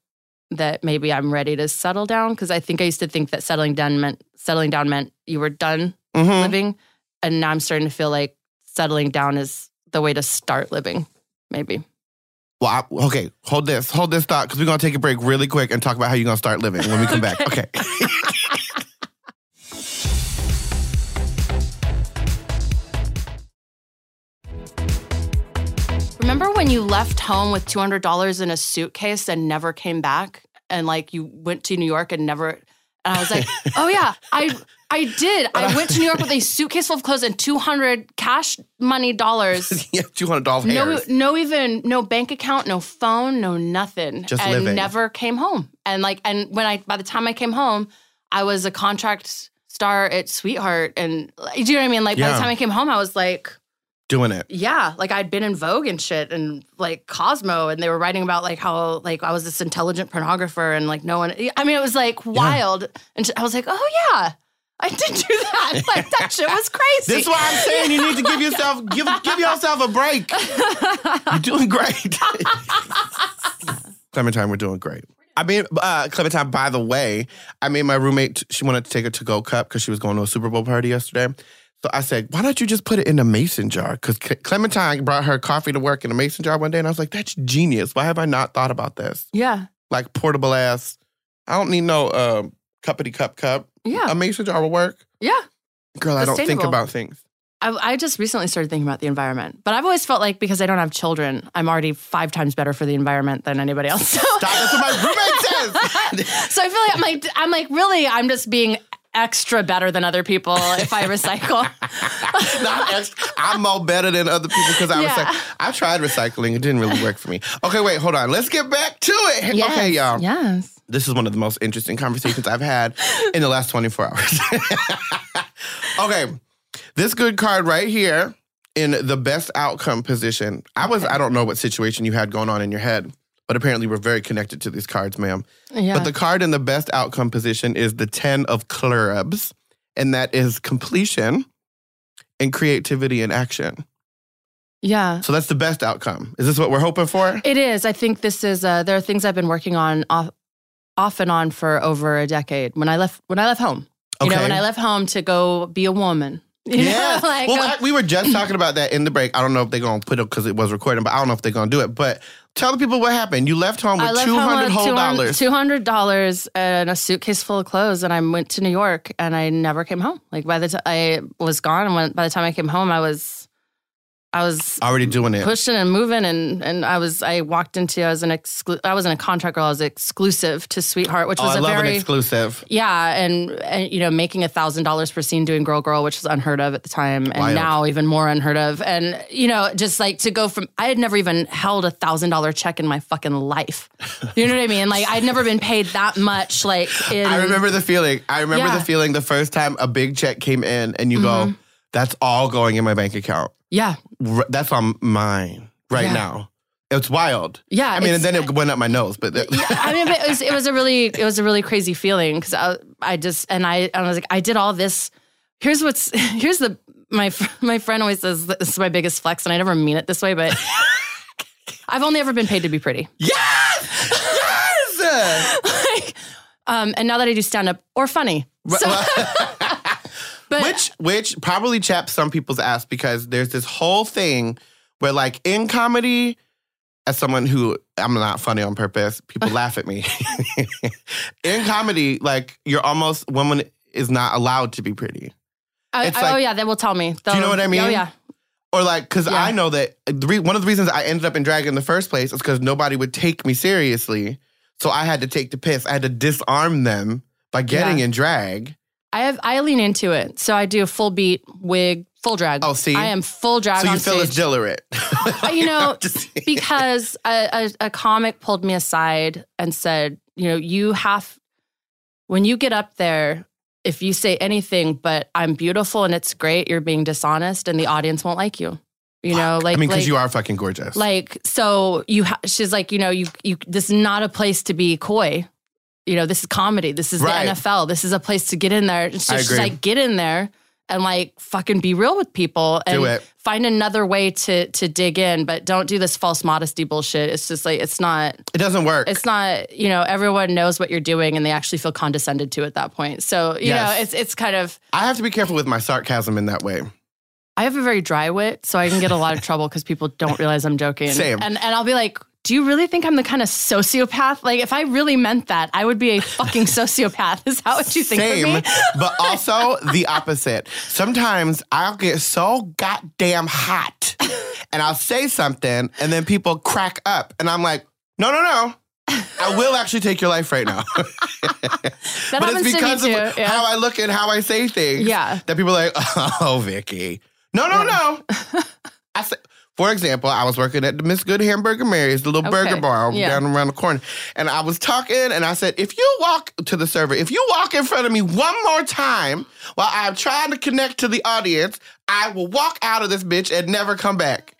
B: that maybe I'm ready to settle down because I think I used to think that settling down meant settling down meant you were done
A: Mhm.
B: living. And now I'm starting to feel like settling down is the way to start living, maybe.
A: Well, I, okay, hold this, hold this thought, because we're gonna take a break really quick and talk about how you're gonna start living when we come
B: (laughs)
A: back. Okay. (laughs)
B: Remember when you left home with two hundred dollars in a suitcase and never came back, and like you went to New York and never? And I was like,
A: (laughs)
B: oh yeah, I I did. I went to New York with a suitcase full of clothes and two hundred cash money dollars.
A: yeah, two hundred dollars.
B: No, no, even no bank account, no phone, no nothing.
A: Just
B: and
A: living.
B: never came home. And like, and when I by the time I came home, I was a contract star at Sweetheart, and like, do you know what I mean? Like by
A: Yeah.
B: the time I came home, I was like
A: Doing it.
B: yeah, like I'd been in Vogue and shit and like Cosmo and they were writing about like how like I was this intelligent pornographer and like no one I mean it was like wild and I was like, "Oh yeah. I did do that." (laughs) Like that shit was crazy.
A: This is why I'm saying you need to give yourself give give yourself a break. You're doing great. Clementine, we're doing great. I mean, uh, Clementine, by the way, I made my roommate, she wanted to take a to go cup because she was going to a Super Bowl party yesterday. So I said, why don't you just put it in a mason jar? Because Clementine brought her coffee to work in a mason jar one day. And I was like, that's genius. Why have I not thought about this?
B: yeah.
A: Like portable ass. I don't need no uh, cuppity cup cup.
B: Yeah.
A: A mason jar will work.
B: Yeah.
A: Girl, I don't think
B: Oh. Sustainable.
A: about things.
B: I, I just recently started thinking about the environment, but I've always felt like because I don't have children, I'm already five times better for the environment than anybody else. (laughs) So,
A: Stop. That's what my roommate says.
B: (laughs) so I feel like I'm like I'm like really I'm just being extra better than other people
A: (laughs)
B: if I recycle.
A: Not extra. I'm more better than other people because I
B: Yeah.
A: recycle. I tried recycling. It didn't really work for me. Okay, wait, hold on. Let's get back to it.
B: Yes.
A: Okay, y'all.
B: Yes.
A: This is one of the most interesting conversations I've had in the last 24 hours. (laughs) okay, this good card right here in the best outcome position. I was, I don't know what situation you had going on in your head, but apparently we're very connected to these cards, ma'am.
B: Yeah.
A: But the card in the best outcome position is the 10 of clubs, and that is completion and creativity and action.
B: yeah.
A: So that's the best outcome. Is this what we're hoping for?
B: It is. I think this is. Uh, there are things I've been working on off, off and on for over a decade. When I left, when I left home, you know, (laughs)
A: Okay.
B: when I left home to go be a woman, (laughs) You
A: Yeah.
B: know, like
A: well,
B: uh,
A: I- we were just talking about that in the break. I don't know if they're going to put it because it was recording, but I don't know if they're going to do it. But tell the people what happened. You left home
B: I
A: with
B: left
A: 200
B: home with
A: whole dollars.
B: Two hundred dollars and a suitcase full of clothes, and I went to New York, and I never came home. Like by the time I was gone, and when, by the time I came home, I was, I was
A: Already doing it.
B: pushing and moving, and and I was I walked into I was an exclu- I wasn't a contract girl, I was exclusive to Sweetheart, which
A: Oh,
B: was
A: I
B: a
A: love an
B: very
A: exclusive.
B: yeah, and, and you know, making a thousand dollars per scene doing Girl Girl, which was unheard of at the time, and
A: Wild.
B: now even more unheard of. And you know, just like to go from I had never even held a thousand dollar check in my fucking life. You know what I mean? Like I'd never been paid that much. Like in,
A: I remember the feeling. I remember
B: Yeah. Mm-hmm.
A: the feeling the first time a big check came in and you go, that's all going in my bank account.
B: yeah,
A: R- that's on mine right
B: Yeah.
A: now. It's wild.
B: yeah.
A: I mean, and
B: it's-
A: then it went up my nose, but
B: I mean, but it was it was a really it was a really crazy feeling because I, I just and I I was like I did all this. Here's what's (laughs) here's the my fr- my friend always says this is my biggest flex, and I never mean it this way, but (laughs) I've only ever been paid to be pretty.
A: yes, (laughs)
B: (laughs)
A: yes.
B: Um, and now that I do stand up or funny, so, (laughs) but
A: which which probably chaps some people's ass because there's this whole thing where like in comedy as someone who I'm not funny on purpose,
B: (laughs)
A: people laugh at me. (laughs) in comedy, like you're almost woman is not allowed to be pretty.
B: I,
A: it's
B: I- oh
A: like-
B: yeah, they will tell me.
A: you know what I
B: They'll- Oh
A: mean?
B: yeah,
A: Or like, because
B: Yeah.
A: I know that the re- one of the reasons I ended up in drag in the first place is because nobody would take me seriously. So I had to take the piss. I had to disarm them by getting in drag.
B: I have I lean into it, so I do a full beat wig, full drag.
A: Oh, see?
B: I am full drag.
A: So
B: on
A: you feel as
B: stage. (laughs) Uh,
A: Diller it.
B: you know,
A: (laughs) Just- (laughs)
B: because a, a, a comic pulled me aside and said, you know, you have, when you get up there, if you say anything but I'm beautiful and it's great, you're being dishonest and the audience won't like you. You know, like,
A: I mean, because
B: like,
A: you are fucking gorgeous.
B: like, so you, ha- she's like, you know, you, you, this is not a place to be coy. You know, this is comedy. This is
A: Right.
B: the NFL. This is a place to get in there. And so
A: I
B: she's
A: agree.
B: like, get in there and like fucking be real with people and
A: Do it.
B: find another way to to dig in, but don't do this false modesty bullshit. It's just like it's not
A: It doesn't work.
B: it's not, you know, everyone knows what you're doing and they actually feel condescended to at that point. So, you
A: Yes.
B: know, it's it's kind of
A: I have to be careful with my sarcasm in that way.
B: I have a very dry wit, so I can get
A: (laughs)
B: a lot of trouble because people don't realize I'm joking.
A: Same.
B: And and I'll be like, do you really think I'm the kind of sociopath? Like, if I really meant that, I would be
A: (laughs)
B: a fucking sociopath. Is that what you think of
A: Same,
B: me? (laughs)
A: but also the opposite. Sometimes I'll get so goddamn hot and I'll say something and then people crack up and I'm like, no, no, no. I will actually take your life
B: (laughs)
A: right now.
B: That
A: but
B: happens
A: it's because
B: to me too.
A: of
B: yeah.
A: how I look and how I say things.
B: Yeah.
A: That people are like, (laughs) oh, Vicky. No, no,
B: (laughs)
A: no. I said, for example, I was working at the Miss Good Hamburger Mary's, the little
B: Okay.
A: burger bar
B: Yeah.
A: down around the corner. And I was talking and I said, if you walk to the server, if you walk in front of me one more time while I'm trying to connect to the audience, I will walk out of this bitch and never come
B: (laughs)
A: back.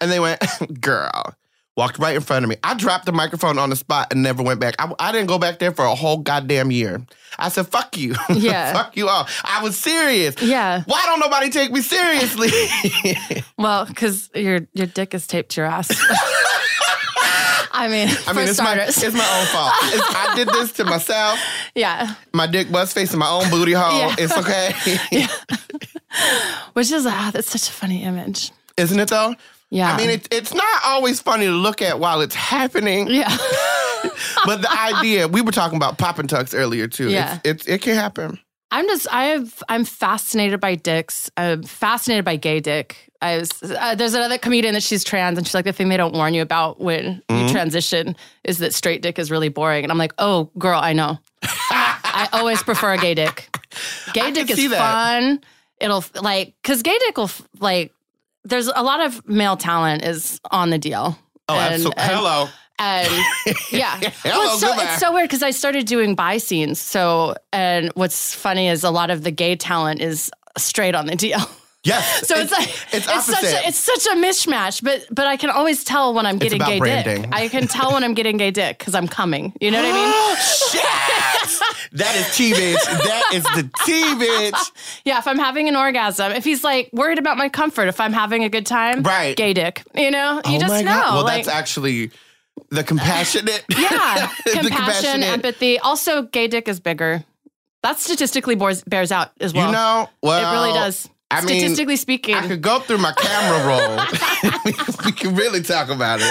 A: and they went, (laughs) girl. Walked right in front of me. I dropped the microphone on the spot and never went back. I, I didn't go back there for a whole goddamn year. I said, fuck you. (laughs)
B: Yeah.
A: fuck you all. I was serious.
B: yeah.
A: Why don't nobody take me seriously? (laughs)
B: Well, because your your dick is taped to your
A: (laughs)
B: ass. (laughs) I
A: I mean,
B: mean, for
A: it's my, (laughs)
B: starters,
A: it's my own fault. It's- I did this to myself.
B: yeah,
A: My dick was facing my own booty hole.
B: (laughs) Yeah.
A: It's okay.
B: (laughs) which is ah, that's such a funny image.
A: Isn't it though?
B: Yeah,
A: I mean, it, it's not always funny to look at while it's happening,
B: yeah, (laughs)
A: but the idea, we were talking about pop and tucks earlier too.
B: Yeah.
A: It's, it's, it can happen.
B: I'm just I've I'm fascinated by dicks. I'm fascinated by gay dick. I was, uh, there's another comedian that she's trans, and she's like the thing they don't warn you about when you
A: Mm-hmm.
B: transition is that straight dick is really boring. And I'm like, oh girl,
A: (laughs)
B: I know. I always prefer a gay dick. Gay dick
A: can
B: is
A: see that.
B: fun. It'll like because gay dick will f- like. There's a lot of male talent is on the DL.
A: Oh,
B: And-
A: absolutely.
B: and-
A: Hello. (laughs)
B: and yeah,
A: Hello,
B: Well, it's, so,
A: goodbye.
B: it's so weird because I started doing bi scenes. So, and what's funny is a lot of the gay talent is straight on the DL.
A: Yes.
B: (laughs) So it's, like
A: it's
B: such
A: opposite.
B: a, it's such a mishmash. But but I can always tell when I'm getting
A: about
B: gay
A: branding.
B: dick. I can tell when I'm getting gay dick because I'm coming. You know what
A: (gasps)
B: I mean?
A: Yes! That is T bitch. That is the T bitch.
B: Yeah, if I'm having an orgasm, if he's like worried about my comfort, if I'm having a good time,
A: Right.
B: Gay dick. You know, you just know.
A: Oh Well,
B: like,
A: that's actually the compassionate.
B: Yeah,
A: (laughs) the
B: compassion,
A: compassionate.
B: empathy. Also, gay dick is bigger. That statistically bores, bears out as well.
A: You know, well,
B: it really does.
A: I mean,
B: Statistically speaking,
A: I could go through my camera roll. (laughs) we can really talk about it.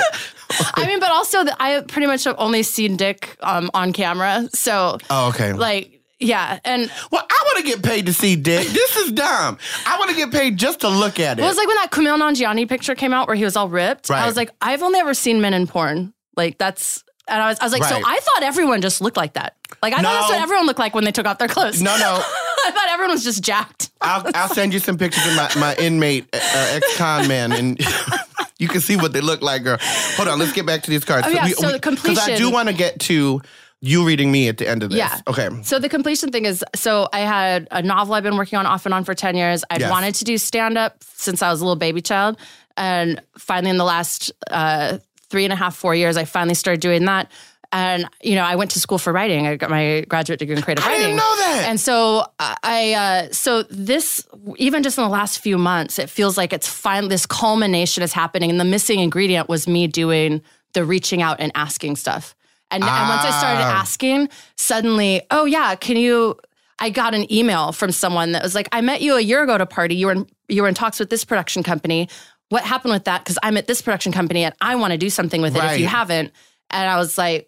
B: I mean, but also the, I pretty much have only seen dick um, on camera. So,
A: Oh, okay.
B: like, yeah, and
A: well, I want to get paid to see dick. This is dumb. I want to get paid just to look at it.
B: Well, it was like when that Kumail Nanjiani picture came out where he was all ripped.
A: Right.
B: I was like, I've only ever seen men in porn. Like that's, and I was, I was like,
A: Right.
B: so I thought everyone just looked like that. Like I
A: No.
B: thought that's what everyone looked like when they took off their clothes.
A: no, no.
B: (laughs) I thought everyone was just jacked.
A: I'll, I'll send you some pictures of my, my inmate, uh, ex-con man, and (laughs) you can see what they look like, girl. Hold on, let's get back to these cards.
B: Oh, yeah, so the
A: Because I do
B: completion-
A: want to get to you reading me at the end of this.
B: Yeah.
A: Okay.
B: So the completion thing is, so I had a novel I've been working on off and on for ten years. I
A: Yes.
B: would wanted to do stand up since I was a little baby child, and finally in the last uh, three and a half four years, I finally started doing that. And you know, I went to school for writing. I got my graduate degree in creative
A: I
B: writing.
A: didn't know that.
B: And so I- I, uh, so this, even just in the last few months, it feels like it's finally this culmination is happening. And the missing ingredient was me doing the reaching out and asking stuff. And, and once I started
A: Ah.
B: asking, suddenly, oh yeah, can you? I got an email from someone that was like, I met you a year ago at a party. You were in, you were in talks with this production company. What happened with that? Because I'm at this production company and I want to do something with it if you
A: Right.
B: haven't. And I was like,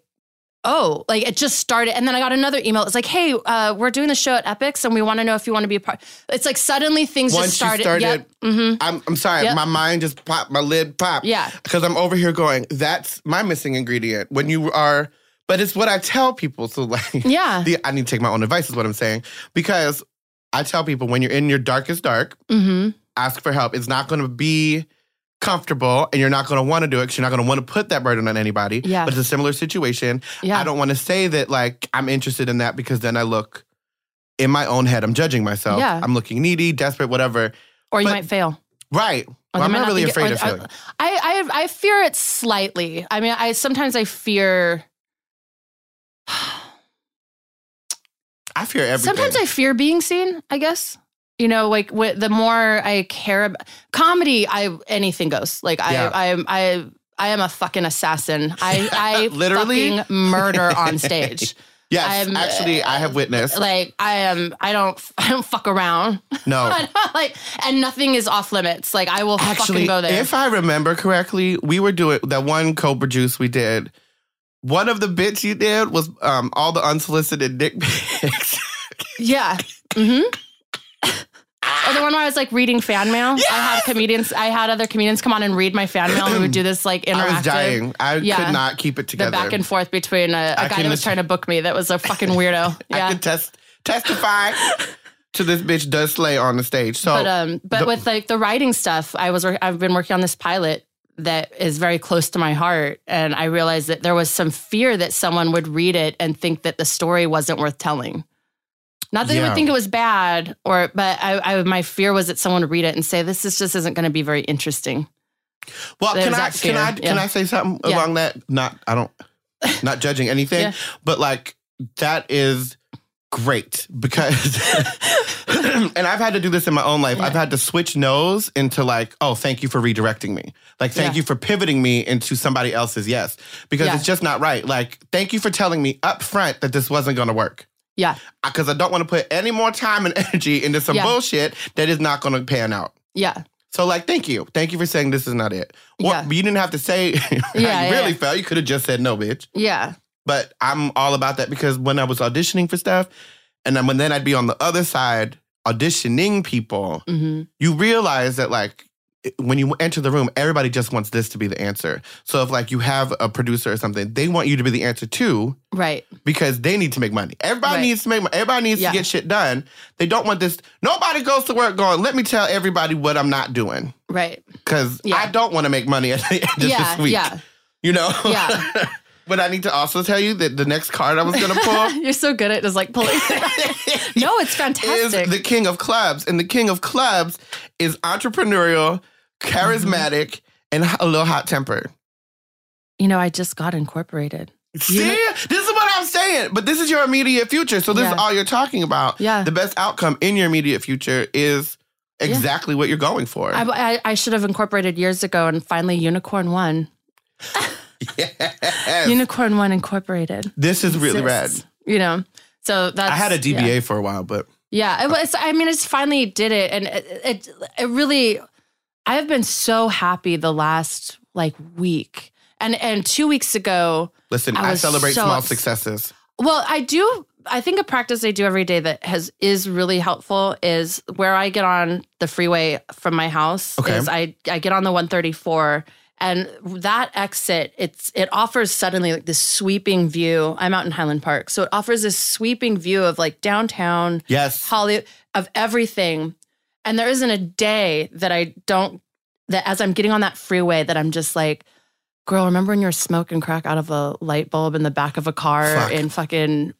B: oh, like it just started. And then I got another email. It's like, hey, uh, we're doing the show at Epics and we want to know if you want to be a part. It's like suddenly things
A: Once
B: just started.
A: you started,
B: Yep. Mm-hmm.
A: I'm, I'm sorry,
B: Yep.
A: my mind just popped, my lid popped.
B: Yeah.
A: Because I'm over here going, that's my missing ingredient. When you are, but it's what I tell people. So, like,
B: Yeah.
A: the, I need to take my own advice, is what I'm saying. Because I tell people when you're in your darkest dark,
B: hmm
A: ask for help. It's not going to be comfortable and you're not going to want to do it because you're not going to want to put that burden on anybody.
B: Yeah.
A: But it's a similar situation.
B: Yeah.
A: I don't want to say that like I'm interested in that because then I look in my own head, I'm judging myself.
B: Yeah.
A: I'm looking needy, desperate, whatever.
B: or you
A: but-
B: might fail.
A: Right.
B: Or
A: Well,
B: they
A: I'm
B: might
A: not really
B: be-
A: afraid
B: or-
A: of
B: or-
A: failing.
B: I, I I fear it slightly. I mean, I sometimes I fear.
A: I fear everything.
B: Sometimes I fear being seen. I guess you know, like wh- the more I care about comedy, I anything goes. Like
A: Yeah.
B: I I I I am a fucking assassin. I I
A: (laughs) Literally?
B: fucking murder on stage.
A: Yes,
B: I'm, uh,
A: actually, I have
B: (laughs)
A: witnessed.
B: like I am. I don't. (laughs) I don't fuck around. (laughs)
A: no.
B: like and nothing is off limits. Like I will fucking
A: Actually,
B: go there.
A: if I remember correctly, we were doing that one Cobra Juice we did. One of the bits you did was um, all the unsolicited dick (laughs) pics.
B: Yeah. hmm or the one where I was like reading fan mail. I had comedians. I had other comedians come on and read my fan mail, and we would do this like
A: (clears throat)
B: interactive.
A: I was dying. I
B: Yeah.
A: could not keep it
B: The
A: together.
B: back and forth between a,
A: I
B: a guy
A: can-
B: that was trying to book me that was a fucking weirdo.
A: (laughs) I
B: Yeah.
A: could test
B: (laughs)
A: testify to this bitch does slay on the stage. So
B: But um, but
A: The-
B: with like the writing stuff, I was wor- I've been working on this pilot that is very close to my heart, and I realized that there was some fear that someone would read it and think that the story wasn't worth telling. Not that they
A: Yeah.
B: would think it was bad, or but I, I my fear was that someone would read it and say this is just isn't going to be very interesting.
A: well,
B: there's
A: can I
B: that
A: can I
B: fear.
A: can
B: Yeah.
A: I say something
B: Yeah.
A: along that? Not I don't not judging anything,
B: Yeah.
A: but like that is great because (laughs) and I've had to do this in my own life. I've had to switch no's into like, oh, thank you for redirecting me. Like thank
B: Yeah.
A: you for pivoting me into somebody else's yes. Because
B: Yeah.
A: it's just not right. Like, thank you for telling me up front that this wasn't gonna work.
B: Yeah,
A: because I don't want to put any more time and (laughs) energy into some
B: Yeah.
A: bullshit that is not going to pan out.
B: yeah,
A: So, like, thank you. Thank you for saying this is not it. Or,
B: Yeah.
A: You didn't have to say (laughs) how
B: Yeah,
A: you
B: yeah,
A: really
B: yeah.
A: felt. You could have just said no, bitch.
B: yeah,
A: But I'm all about that because when I was auditioning for stuff, and then, when then I'd be on the other side auditioning people,
B: hmm
A: you realize that, like, it- when you enter the room, everybody just wants this to be the answer. So, if, like, you have a producer or something, they want you to be the answer too
B: right,
A: because they need to make money. Everybody
B: Right.
A: needs to make money. Everybody needs
B: Yeah.
A: to get shit done. They don't want this. Nobody goes to work going, let me tell everybody what I'm not doing.
B: right,
A: Because
B: Yeah.
A: I don't want to make money at the end of
B: yeah,
A: this week.
B: yeah,
A: You know?
B: Yeah.
A: (laughs) but I need to also tell you that the next card I was going to pull
B: (laughs) You're so good at just
A: (laughs)
B: like pulling. (laughs) no, it's
A: is
B: fantastic.
A: the king of clubs. And the king of clubs is entrepreneurial, charismatic,
B: Mm-hmm.
A: and a little hot tempered.
B: you know, I just got incorporated.
A: See, this is what I'm saying. But this is your immediate future. So this is
B: Yeah.
A: all you're talking about.
B: Yeah.
A: The best outcome in your immediate future is exactly what you're going for. (laughs)
B: I, I, I should have incorporated years ago and finally Unicorn One.
A: Yes.
B: Unicorn One Incorporated.
A: this is really rad.
B: exists, You know, so that's.
A: I had a DBA
B: Yeah.
A: for a while, but
B: Yeah, it was. I mean, it's finally did it, and it, it it really. I have been so happy the last like week, and and two weeks ago.
A: Listen,
B: I
A: I,
B: was
A: celebrate
B: so
A: small
B: ups-
A: successes.
B: Well, I do. I think a practice I do every day that has is really helpful is where I get on the freeway from my house.
A: Okay.
B: Is I I get on the 134 and that exit it's it offers suddenly like this sweeping view. I'm out in Highland Park, so it offers this sweeping view of like downtown
A: Yes.
B: Hollywood of everything. And there isn't a day that I don't that as I'm getting on that freeway that I'm just like, girl, remember when you were smoking crack out of a light bulb in the back of a car
A: Fuck.
B: in fucking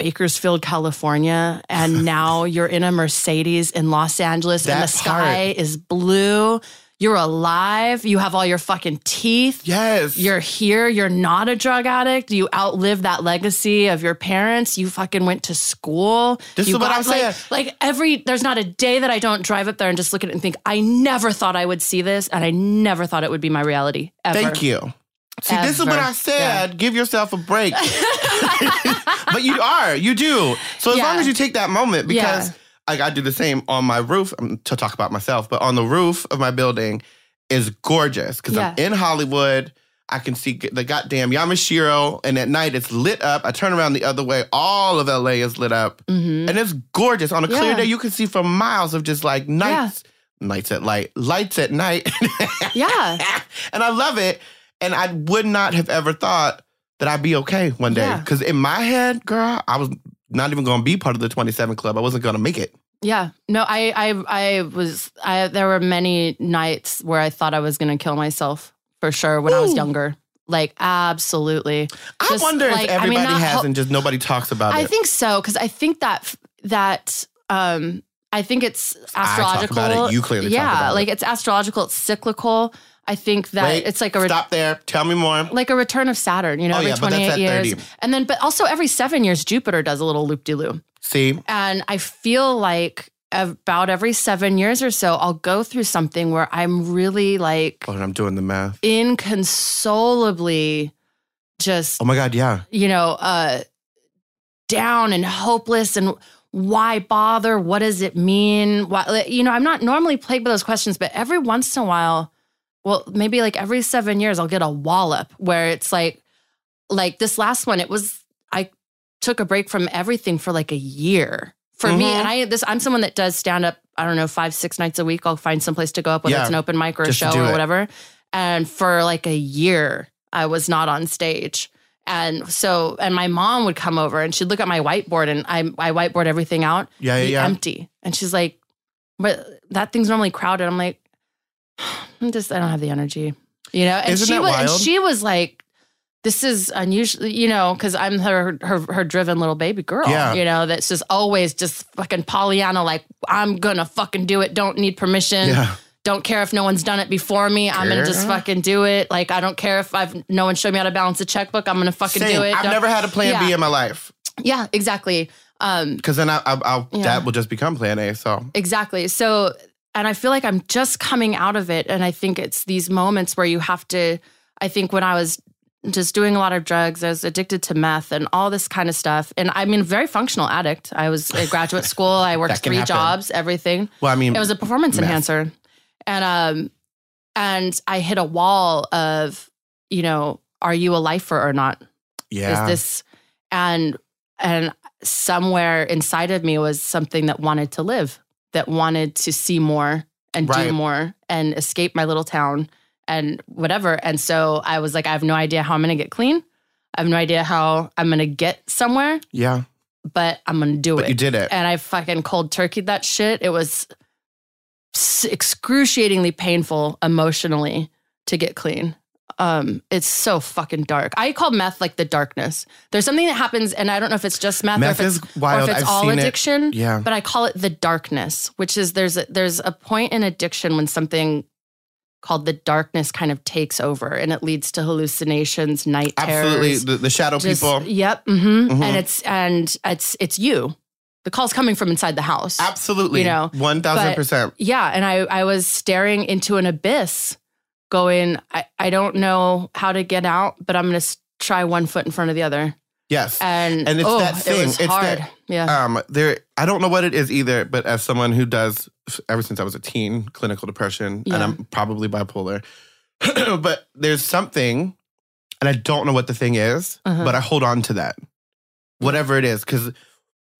B: Bakersfield, California, and now you're in a Mercedes in Los Angeles and
A: That
B: the sky is blue. You're alive. You have all your fucking teeth.
A: Yes.
B: You're here. You're not a drug addict. You outlived that legacy of your parents. You fucking went to school.
A: This
B: You
A: is what
B: got-
A: I'm saying.
B: like- Like every, there's not a day that I don't drive up there and just look at it and think, I never thought I would see this, and I never thought it would be my reality. Ever.
A: Thank you. See, this is what
B: Ever.
A: I said. Give yourself a
B: (laughs)
A: break. (laughs) but you are, you do. So as
B: Yeah.
A: long as you take that moment, because
B: Yeah.
A: like I do the same on my roof um, to talk about myself, but on the roof of my building is gorgeous because I'm
B: Yeah.
A: in Hollywood. I can see g- the goddamn Yamashiro, and at night it's lit up. I turn around the other way, all of LA is lit up,
B: Mhm.
A: Mm-hmm. and it's gorgeous. On a clear
B: Yeah.
A: day, you can see for miles of just like nights, nights at light, lights at night. (laughs)
B: Yeah.
A: and I love it. And I would not have ever thought that I'd be okay one day.
B: Yeah.
A: Because in my head, girl, I was not even going to be part of the 27 Club. I wasn't going to make it.
B: Yeah. No, I, I, I was, I, there were many nights where I thought I was going to kill myself for sure when I was
A: Ooh.
B: younger. Like, absolutely.
A: I
B: Just,
A: wonder
B: like,
A: if
B: I mean,
A: everybody
B: not
A: has
B: ho-
A: and just nobody talks about
B: I
A: it.
B: think so because I think that that um I think it's
A: I talk
B: astrological.
A: about it. You clearly talk
B: yeah,
A: about it.
B: like it's astrological. It's cyclical. I think that
A: Wait,
B: it's like a re-
A: Stop there. Tell me more.
B: like a return of Saturn. You know,
A: Oh,
B: every
A: yeah, but that's
B: twenty eight
A: at
B: years,
A: 30.
B: and then but also every seven years Jupiter does a little loop de loop.
A: See?
B: And I feel like about every seven years or so, I'll go through something where I'm really like
A: Oh, and I'm doing the math.
B: inconsolably just
A: Oh my God, yeah.
B: you know, uh, down and hopeless and why bother? What does it mean? Why, like, you know, I'm not normally plagued by those questions, but every once in a while, well, maybe like every seven years, I'll get a wallop where it's like, like this last one, it was, I took a break from everything for like a year for me.
A: Mhm.
B: And I, this, I'm someone that does stand up, I don't know, five, six nights a week. I'll find someplace to go up, whether
A: Yeah.
B: it's an open mic or a
A: Just to
B: show
A: do
B: or
A: it.
B: whatever. And for like a year, I was not on stage. And so, and my mom would come over and she'd look at my whiteboard and I, I whiteboard everything out,
A: Yeah, Oh, yeah,
B: be
A: yeah.
B: empty. And she's like, but that thing's normally crowded. I'm like, (sighs) I'm just, I don't have the energy, you know? And
A: Isn't
B: she
A: that
B: was, and
A: wild?
B: she was like, this is unusual, you know, because I'm her, her her driven little baby girl,
A: Yeah.
B: you know, that's just always just fucking Pollyanna, like I'm gonna fucking do it, don't need permission,
A: yeah.
B: don't care if no one's done it before me. I'm gonna just
A: Girl.
B: fucking do it. Like I don't care if I've no one showed me how to balance a checkbook. I'm gonna fucking
A: Same.
B: do it.
A: I've
B: Don't-
A: never had a plan B
B: Yeah.
A: in my life.
B: yeah, exactly. Um,
A: Because then I, I, I'll,
B: Yeah.
A: that will just become plan A. So
B: exactly. So, and I feel like I'm just coming out of it, and I think it's these moments where you have to. I think when I was just doing a lot of drugs, I was addicted to meth and all this kind of stuff. And I mean, very functional addict. I was at graduate
A: (laughs)
B: school. I worked
A: That can
B: three
A: happen.
B: jobs, everything.
A: well, I mean,
B: It was a performance
A: Meth.
B: enhancer, and um, and I hit a wall of, you know, are you a lifer or not?
A: yeah,
B: Is this and and somewhere inside of me was something that wanted to live, that wanted to see more and
A: Right.
B: do more and escape my little town and whatever. And so I was like, I have no idea how I'm gonna get clean. I have no idea how I'm gonna get somewhere,
A: yeah.
B: but I'm gonna do
A: But
B: it
A: you did it.
B: and I fucking cold turkeyed that shit. It was s- excruciatingly painful emotionally to get clean. Um, it's so fucking dark. I call meth like the darkness. There's something that happens, and I don't know if it's just meth,
A: Meth
B: or if
A: is
B: it's, or
A: wild.
B: if it's
A: I've
B: all
A: seen
B: addiction.
A: it. Yeah.
B: But I call it the darkness, which is there's a, there's a point in addiction when something called the darkness kind of takes over, and it leads to hallucinations, night terrors,
A: Absolutely. The, the shadow
B: just-
A: people.
B: Yep. hmm
A: Mhm.
B: And it's and it's it's you. The call's coming from inside the house.
A: Absolutely.
B: You know,
A: one thousand percent.
B: yeah. And I I was staring into an abyss, going, I, I don't know how to get out, but I'm gonna s- try one foot in front of the other.
A: Yes.
B: and,
A: And it's
B: oh,
A: that
B: It
A: thing.
B: was
A: It's
B: hard.
A: that-
B: yeah.
A: um there i don't know what it is either but as someone who does ever since i was a teen clinical depression
B: Yeah.
A: and i'm probably bipolar (clears throat) but there's something and i don't know what the thing is
B: Uh-huh.
A: but i hold on to that whatever it is because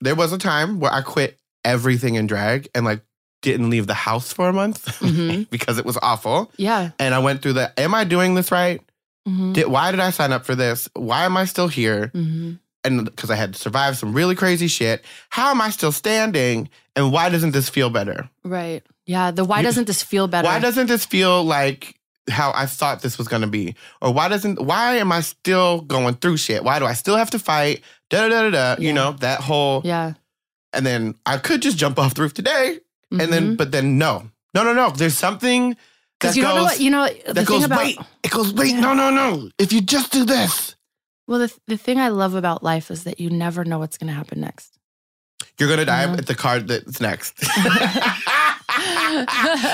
A: there was a time where i quit everything in drag and like didn't leave the house for a month (laughs)
B: Mhm.
A: because it was awful
B: yeah.
A: and i went through the am i doing this right
B: Mhm.
A: did, why did i sign up for this why am i still here
B: Mhm.
A: and because I had survived some really crazy shit, how am I still standing? And why doesn't this feel better?
B: Right. Yeah. The why
A: You-
B: doesn't this feel better?
A: Why doesn't this feel like how I thought this was gonna be? Or why doesn't why am I still going through shit? Why do I still have to fight? Da da da da da.
B: Yeah.
A: You know, that whole
B: yeah.
A: and then I could just jump off the roof today. And then but then no. No, no, no. There's something that
B: because Mm-hmm. you
A: goes,
B: don't know what you know the
A: that
B: thing
A: goes
B: about
A: wait. It goes, wait, no, no, no. If you just do this,
B: well the, the thing I love about life is that you never know what's going to happen next.
A: you're gonna die
B: Yeah.
A: at the card that's next. (laughs)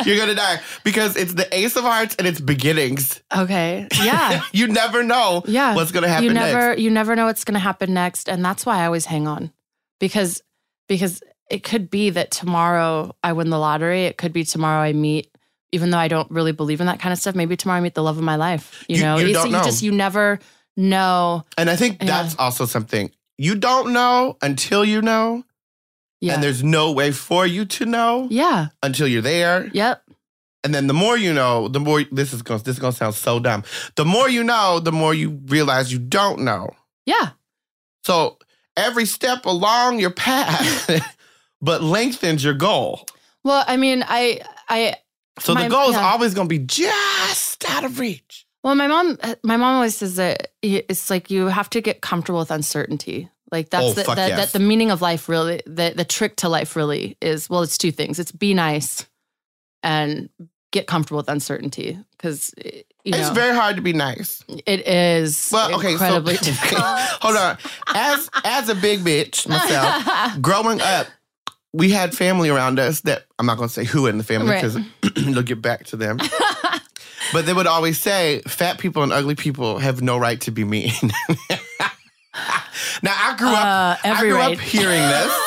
A: You're gonna die because it's the Ace of Hearts and it's beginnings.
B: okay.
A: (laughs)
B: Yeah.
A: You never know
B: Yeah.
A: what's gonna happen
B: you never
A: next.
B: you never know what's going to happen next and that's why I always hang on because because it could be that tomorrow I win the lottery, it could be tomorrow I meet even though I don't really believe in that kind of stuff, maybe tomorrow I meet the love of my life. You,
A: You-
B: know,
A: you
B: It's-
A: don't know.
B: just you never know.
A: And I think
B: Yeah.
A: that's also something you don't know until you know,
B: Yeah.
A: and there's no way for you to know
B: yeah.
A: until you're there.
B: Yep.
A: And then the more you know, the more this is going. to This is gonna sound so dumb. The more you know, the more you realize you don't know.
B: Yeah.
A: So every step along your path, (laughs) but lengthens your goal.
B: Well, I mean, I I
A: So
B: My-
A: the goal is
B: yeah.
A: always gonna be just out of reach.
B: Well, my mom, uh, my mom always says that it's like you have to get comfortable with uncertainty. Like that's
A: Oh,
B: the,
A: fuck
B: that,
A: yes.
B: that the meaning of life really the the trick to life really is well, it's two things. It's be nice and get comfortable with uncertainty because you know
A: It's very hard to be nice.
B: it is
A: Well, (laughs) okay,
B: incredibly
A: so
B: difficult.
A: hold on. As as a big bitch
B: (laughs)
A: myself, growing up, we had family around us that I'm not gonna say who in the family
B: Right.
A: because (clears throat) they'll get back to
B: (laughs)
A: them. But they would always say, "Fat people and ugly people have no right to be mean." (laughs) now I grew up.
B: uh, every
A: I grew
B: right.
A: up hearing this.
B: Uh,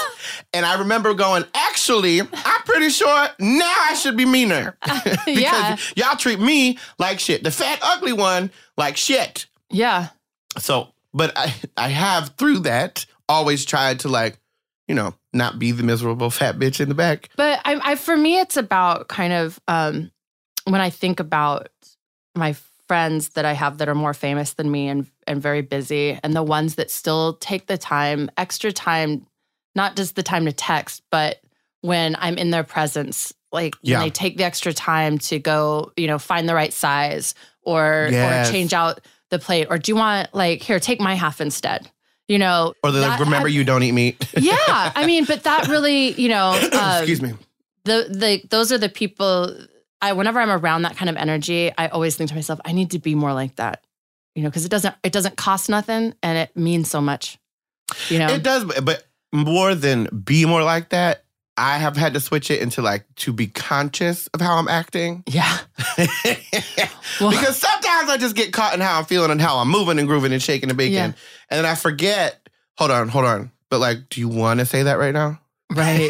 A: And I remember going, actually, I'm pretty sure now I should be meaner. (laughs) because
B: (laughs) Yeah.
A: y'all treat me like shit. The fat, ugly one, like shit.
B: yeah,
A: So, but I, I have through that always tried to like, you know, not be the miserable fat bitch in the back.
B: but I, I for me it's about kind of um when i think about my friends that i have that are more famous than me and and very busy and the ones that still take the time extra time not just the time to text but when i'm in their presence like
A: Yeah.
B: when they take the extra time to go you know find the right size or
A: Yes.
B: or change out the plate or do you want like here take my half instead you know
A: Or they're like,
B: That-
A: remember you don't eat
B: (laughs)
A: meat.
B: yeah i mean but that really you
A: (coughs)
B: know
A: (laughs)
B: um,
A: Excuse me.
B: the the those are the people I whenever I'm around that kind of energy, I always think to myself, I need to be more like that. You know, because it doesn't it doesn't cost nothing and it means so much. You know?
A: It does, but more than be more like that, I have had to switch it into like to be conscious of how I'm
B: (laughs)
A: acting.
B: yeah. Well,
A: because sometimes I just get caught in how I'm feeling and how I'm moving and grooving and shaking and baking.
B: Yeah.
A: And then I forget, hold on, hold on. But like, do you want to say that right now?
B: (laughs)
A: (laughs)
B: right.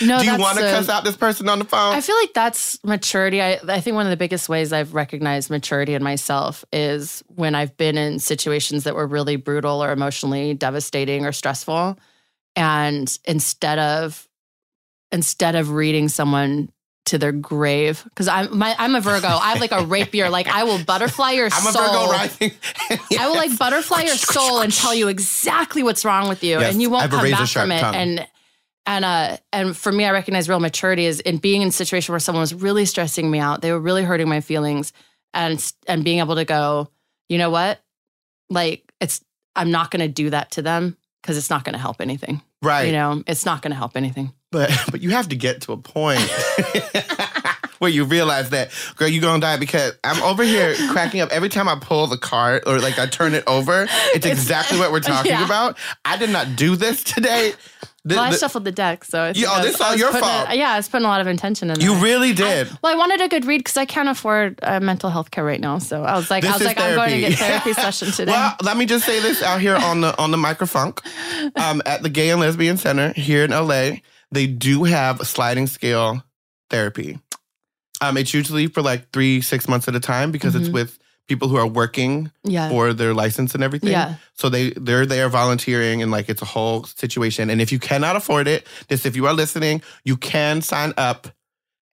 B: No,
A: do you
B: that's,
A: want to
B: uh,
A: cuss out this person on the phone?
B: I feel like that's maturity. I, I think one of the biggest ways I've recognized maturity in myself is when I've been in situations that were really brutal or emotionally devastating or stressful. And instead of instead of reading someone to their grave, because I'm my, I'm a Virgo. I have like a rapier. Like I will butterfly your
A: (laughs) I'm a
B: soul.
A: Virgo rising. (laughs)
B: I will like butterfly your soul and tell you exactly what's wrong with you,
A: Yes,
B: and you
A: I
B: won't
A: have a
B: come back
A: razor-sharp
B: from it.
A: tongue.
B: And and uh and for me, I recognize real maturity is in being in a situation where someone was really stressing me out, they were really hurting my feelings, and and being able to go, you know what, like it's I'm not going to do that to them because it's not going to help anything.
A: right.
B: You know, it's not going to help anything. (laughs)
A: But but you have to get to a point where you realize that, girl, you're gonna die because I'm over here cracking up every time I pull the card or like I turn it over. It's, exactly what we're
B: (laughs)
A: talking
D: yeah.
A: about. I did not do this today. The-
B: Well, I
A: the-
B: shuffled the deck, so I think
A: Yeah, oh,
B: I
A: this
B: was-
A: is all
B: I was
A: your
B: putting
A: fault.
B: A, yeah, I was putting a lot of intention in.
A: you
B: there.
A: really did.
B: well, I wanted a good read because I can't afford uh, mental health care right now. So I was like,
A: This
B: I was
A: is
B: like, I'm going to
A: therapy. (laughs)
B: get therapy session today.
A: Well, let me just say this out here on the on the
B: (laughs)
A: microfunk, um, at the Gay and Lesbian Center here in LA, they do have sliding scale therapy. Um, it's usually for like three six months at a time because it's
B: Mhm.
A: with people who are working
B: yeah,
A: for their license and everything.
B: Yeah.
A: So they they're there volunteering and like it's a whole situation. And if you cannot afford it, this if you are listening, you can sign up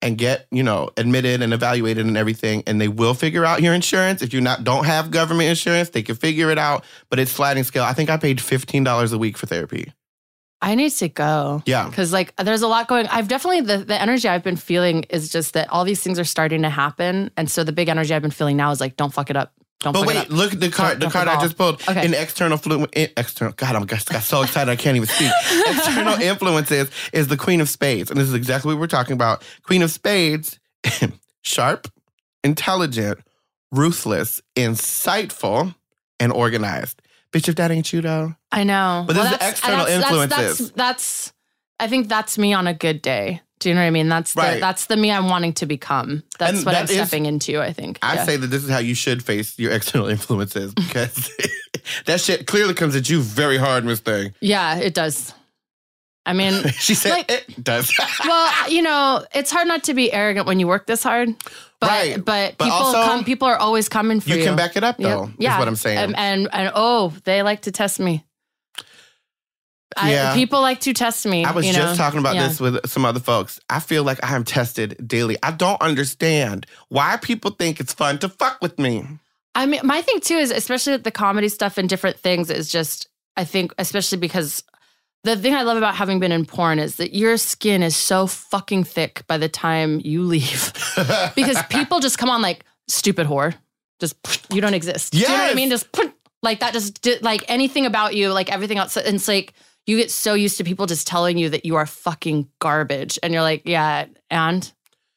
A: and get, you know, admitted and evaluated and everything. And they will figure out your insurance. If you not don't have government insurance, they can figure it out. But it's sliding scale. I think I paid fifteen dollars a week for therapy.
B: I need to go.
A: Yeah.
B: Because like there's a lot going. I've definitely the, the energy I've been feeling is just that all these things are starting to happen, and so the big energy I've been feeling now is like, don't fuck it up. Don't
A: But
B: fuck
A: wait,
B: it up.
A: look at the card. The
B: don't
A: card I
B: forget.
A: just pulled.
B: Okay.
A: In external flu, in external. God, I'm got got so excited I can't even
B: (laughs)
A: speak. external influences is the Queen of Spades, and this is exactly what we're talking about. Queen of Spades, (laughs) sharp, intelligent, ruthless, insightful, and organized. Bitch, if that ain't you though,
B: I know.
A: But this is
B: that's-
A: external
B: That's,
A: influences.
B: that's, that's I think that's me on a good day. Do you know what I mean? That's
A: Right.
B: the, that's the me I'm wanting to become. That's
A: And
B: what
A: that
B: I'm
A: is-
B: stepping into. I think.
A: I
B: Yeah.
A: say that this is how you should face your external (laughs) influences because (laughs) that shit clearly comes at you very hard, Miss Thing. (laughs)
B: Yeah, it does. I mean,
A: She said
B: Like-
A: it
B: (laughs)
A: does.
B: well, you know, it's hard not to be arrogant when you work this hard. But
A: Right.
B: but
A: But
B: people
A: also,
B: come people are always coming for
A: you
B: you.
A: can back it up
B: Yep.
A: though. Is what I'm saying.
B: And, and and oh, they like to test me. I,
A: Yeah.
B: people like to test me.
A: I was
B: you know?
A: just talking about
B: Yeah.
A: this with some other folks. I feel like I am tested daily. I don't understand why people think it's fun to fuck with
B: (laughs)
A: me.
B: I mean, my thing too is, especially with the comedy stuff and different things, is just, I think, especially because the thing I love about having been in porn is that your skin is so fucking thick by the time you (laughs) leave because people just come on like, stupid whore. Just, you don't exist. Do you know what I
A: Yes.
B: mean? Just, like, that just, did, like, anything about you, like, everything else. And it's like, you get so used to people just telling you that you are fucking garbage. And you're like, yeah, and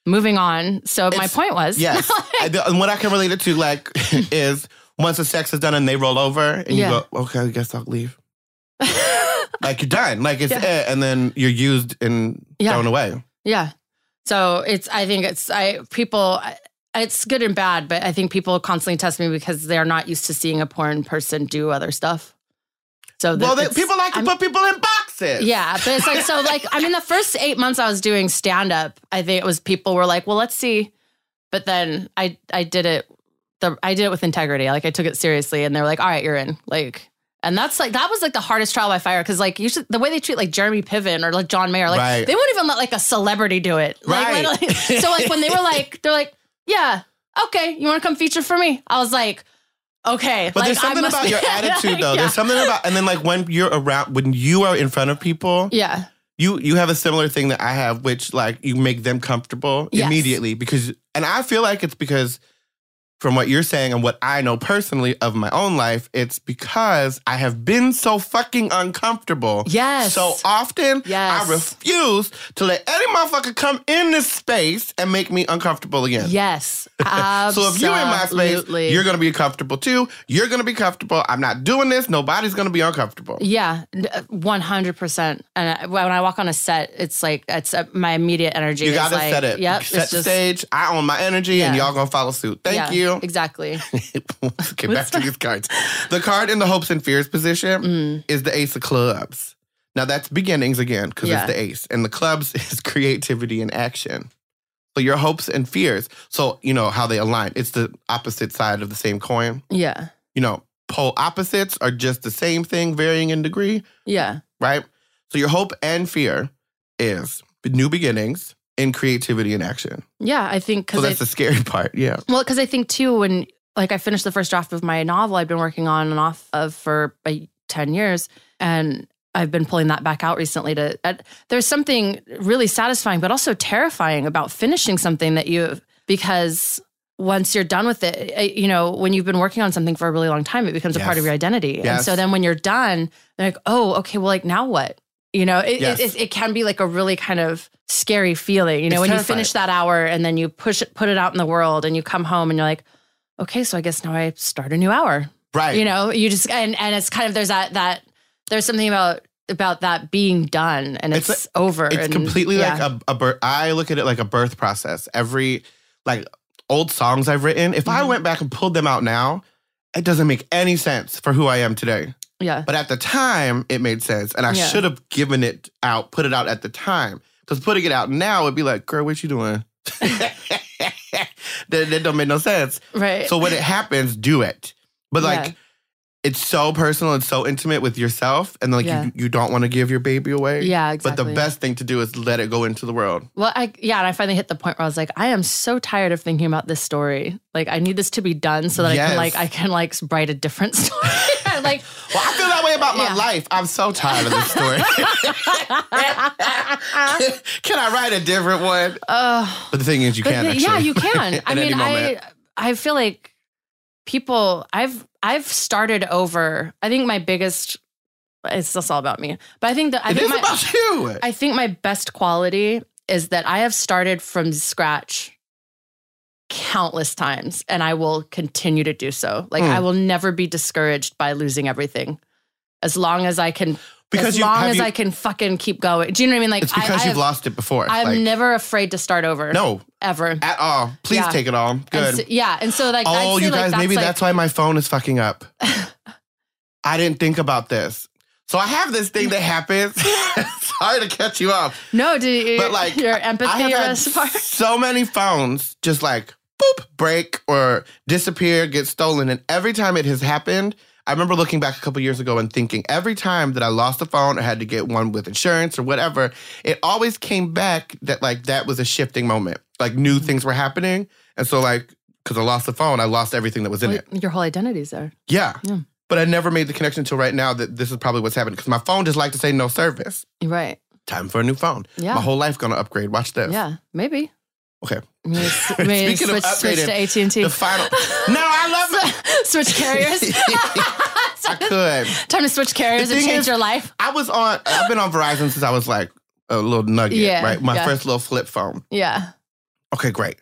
B: moving on. So, my
A: It's-
B: point was,
A: Yes. I do- and what I can relate it to,
B: (laughs)
A: like, is once the sex is done and they roll over and
B: Yeah.
A: you go, okay, I guess I'll leave. like, you're done. Like, it's it. And then you're used and
B: Yeah.
A: thrown away.
B: (laughs) Yeah. So it's, I think it's, I, people, I- it's good and bad, but I think people constantly test me because they're not used to seeing a porn person do other stuff. So that
A: well, they,
B: Oh, it's-
A: people like to
B: I'm-
A: put people in boxes.
B: yeah, but it's
A: (laughs)
B: like, so like, I mean, the first eight months I was doing stand up, I think it was people were like, well, let's see. But then I, I did it, the, I did it with integrity. Like I took it seriously and they were like, all right, you're in. Like, and that's like, that was like the hardest trial by fire. Cause like, you should, the way they treat like Jeremy Piven or like John Mayer, like
A: Right.
B: they wouldn't even let like a celebrity do it. Like,
A: Right.
B: literally- so like when they were like, they're like, yeah, okay, you want to come feature for me? I was like, okay.
A: But
B: like,
A: there's
B: I
A: something
B: must
A: about
B: be-
A: your attitude, though.
B: (laughs) Yeah.
A: There's something about, and then like when you're around, when you are in front of people,
B: yeah.
A: you you have a similar thing that I have, which like you make them comfortable
B: Yes.
A: immediately because, and I feel like it's because from what you're saying and what I know personally of my own life, it's because I have been so fucking uncomfortable.
B: Yes.
A: So often,
B: Yes.
A: I refuse to let any motherfucker come in this space and make me uncomfortable again.
B: Yes.
A: (laughs) So if you're in my space,
B: absolutely.
A: you're gonna be comfortable too. You're gonna be comfortable. I'm not doing this. Nobody's gonna be uncomfortable.
B: yeah, uh, one hundred percent. And I- when I walk on a set, it's like it's uh, my immediate energy.
A: You
B: is
A: gotta
B: like,
A: set it.
B: Yep,
A: set
B: it's
A: the
B: just,
A: stage. I own my energy, and
B: Yeah.
A: y'all gonna follow suit. Thank
B: yeah,
A: you.
B: Exactly.
A: (laughs) Let's get back to these cards. The card in the hopes and fears position
B: Mm.
A: is the Ace of Clubs. Now that's beginnings again because
B: Yeah.
A: it's the Ace, and the clubs (laughs) is creativity and action. So your hopes and fears. So you know how they align. It's the opposite side of the same coin.
B: yeah.
A: You know, pole opposites are just the same thing, varying in degree
B: Yeah.
A: right? So your hope and fear is new beginnings in creativity and action.
B: Yeah. I think
A: So
B: because
A: that's the scary part. Yeah.
B: Well, because I think too, when like I finished the first draft of my novel, I've been working on and off of for like, ten years, and I've been pulling that back out recently. To at, there's something really satisfying, but also terrifying about finishing something that you because once you're done with it, eh, you know when you've been working on something for a really long time, it becomes a part
A: Yes.
B: of your identity, and
A: Yes.
B: so then when you're done, they're like, oh, okay, well, like now what? You know, it,
A: Yes.
B: it, it, it can be like a really kind of scary feeling. You know,
A: It's
B: when
A: terrifying.
B: you finish that hour and then you push it, put it out in the world, and you come home and you're like, okay, so I guess now I start a new hour.
A: Right.
B: You know, you just and and it's kind of there's that that there's something about about that being done and
A: It's
B: it's, over.
A: it's
B: and-
A: completely
B: yeah.
A: like a, a birth. I look at it like a birth process. Every like old songs I've written, if I
B: Mhm.
A: went back and pulled them out now, it doesn't make any sense for who I am today.
B: yeah.
A: But at the time, it made sense, and I
B: Yeah.
A: should have given it out, put it out at the time. Because putting it out now would be like, girl, what you doing? (laughs) that, that don't make no sense.
B: Right.
A: So when it happens, do it. But like,
B: Yeah.
A: it's so personal and so intimate with yourself, and like
B: Yeah.
A: you, you don't want to give your baby away.
B: yeah, exactly.
A: But the best thing to do is let it go into the world.
B: Well, I yeah, and I finally hit the point where I was like, I am so tired of thinking about this story. Like, I need this to be done so that I
A: Yes.
B: can like I can like write a different (laughs) story. I'm like,
A: Well, I feel that way about my
B: Yeah.
A: life. I'm so tired of this story. (laughs) Can I write a different one?
B: oh,
A: But the thing is, you
B: but
A: can't.
B: the-
A: actually.
B: yeah, you
A: (laughs)
B: can.
A: At
B: I
A: any
B: mean,
A: moment.
B: I I feel like people. I've I've started over. I think my biggest. It's just all about me, but I think that I
A: It
B: think
A: is
B: my,
A: about you.
B: I think my best quality is that I have started from scratch countless times and I will continue to do so. Like
A: Mm.
B: I will never be discouraged by losing everything. As long as I can
A: because
B: as
A: you,
B: long
A: have
B: as
A: you,
B: I can fucking keep going. Do you know what I mean? Like
A: it's because
B: I,
A: you've
B: I've-
A: lost it before.
B: I'm
A: Like,
B: never afraid to start over.
A: no,
B: Ever.
A: at all. Please
B: Yeah.
A: take it all. Good.
B: And so- yeah. And so like
A: oh,
B: I'd say
A: you
B: like
A: guys,
B: that's
A: maybe
B: like,
A: that's why my phone is fucking
B: (laughs)
A: up. I didn't think about this. So I have this thing that
B: (laughs)
A: happens. (laughs) Sorry to cut you off.
B: no, did you,
A: But, like,
B: your
A: I
B: empathy
A: have had
B: response-
A: so many phones just like boop break or disappear, get stolen, and every time it has happened, I remember looking back a couple years ago and thinking every time that I lost a phone or had to get one with insurance or whatever, it always came back that like that was a shifting moment, like
B: Mm-hmm.
A: new things were happening, and so like because I lost the phone, I lost everything that was in it.
B: your whole identity's there.
A: Yeah.
B: Yeah.
A: But I never made the connection until right now that this is probably what's happening because my phone just like to say no service.
B: Right.
A: Time for a new phone.
B: Yeah.
A: My whole life gonna upgrade. Watch this.
B: Yeah. Maybe.
A: Okay. (laughs)
B: Maybe, s- maybe
A: Speaking of
B: switch, switch to AT and T.
A: The final. no, I love it.
B: (laughs)
A: (laughs)
B: switch carriers. (laughs)
A: I could.
B: Time to switch carriers
A: The
B: and
A: thing
B: change
A: is-
B: your life.
A: I was on. I've been on Verizon since I was like a little nugget,
B: Yeah,
A: right? My
B: yeah.
A: first little flip phone.
B: Yeah.
A: Okay, great.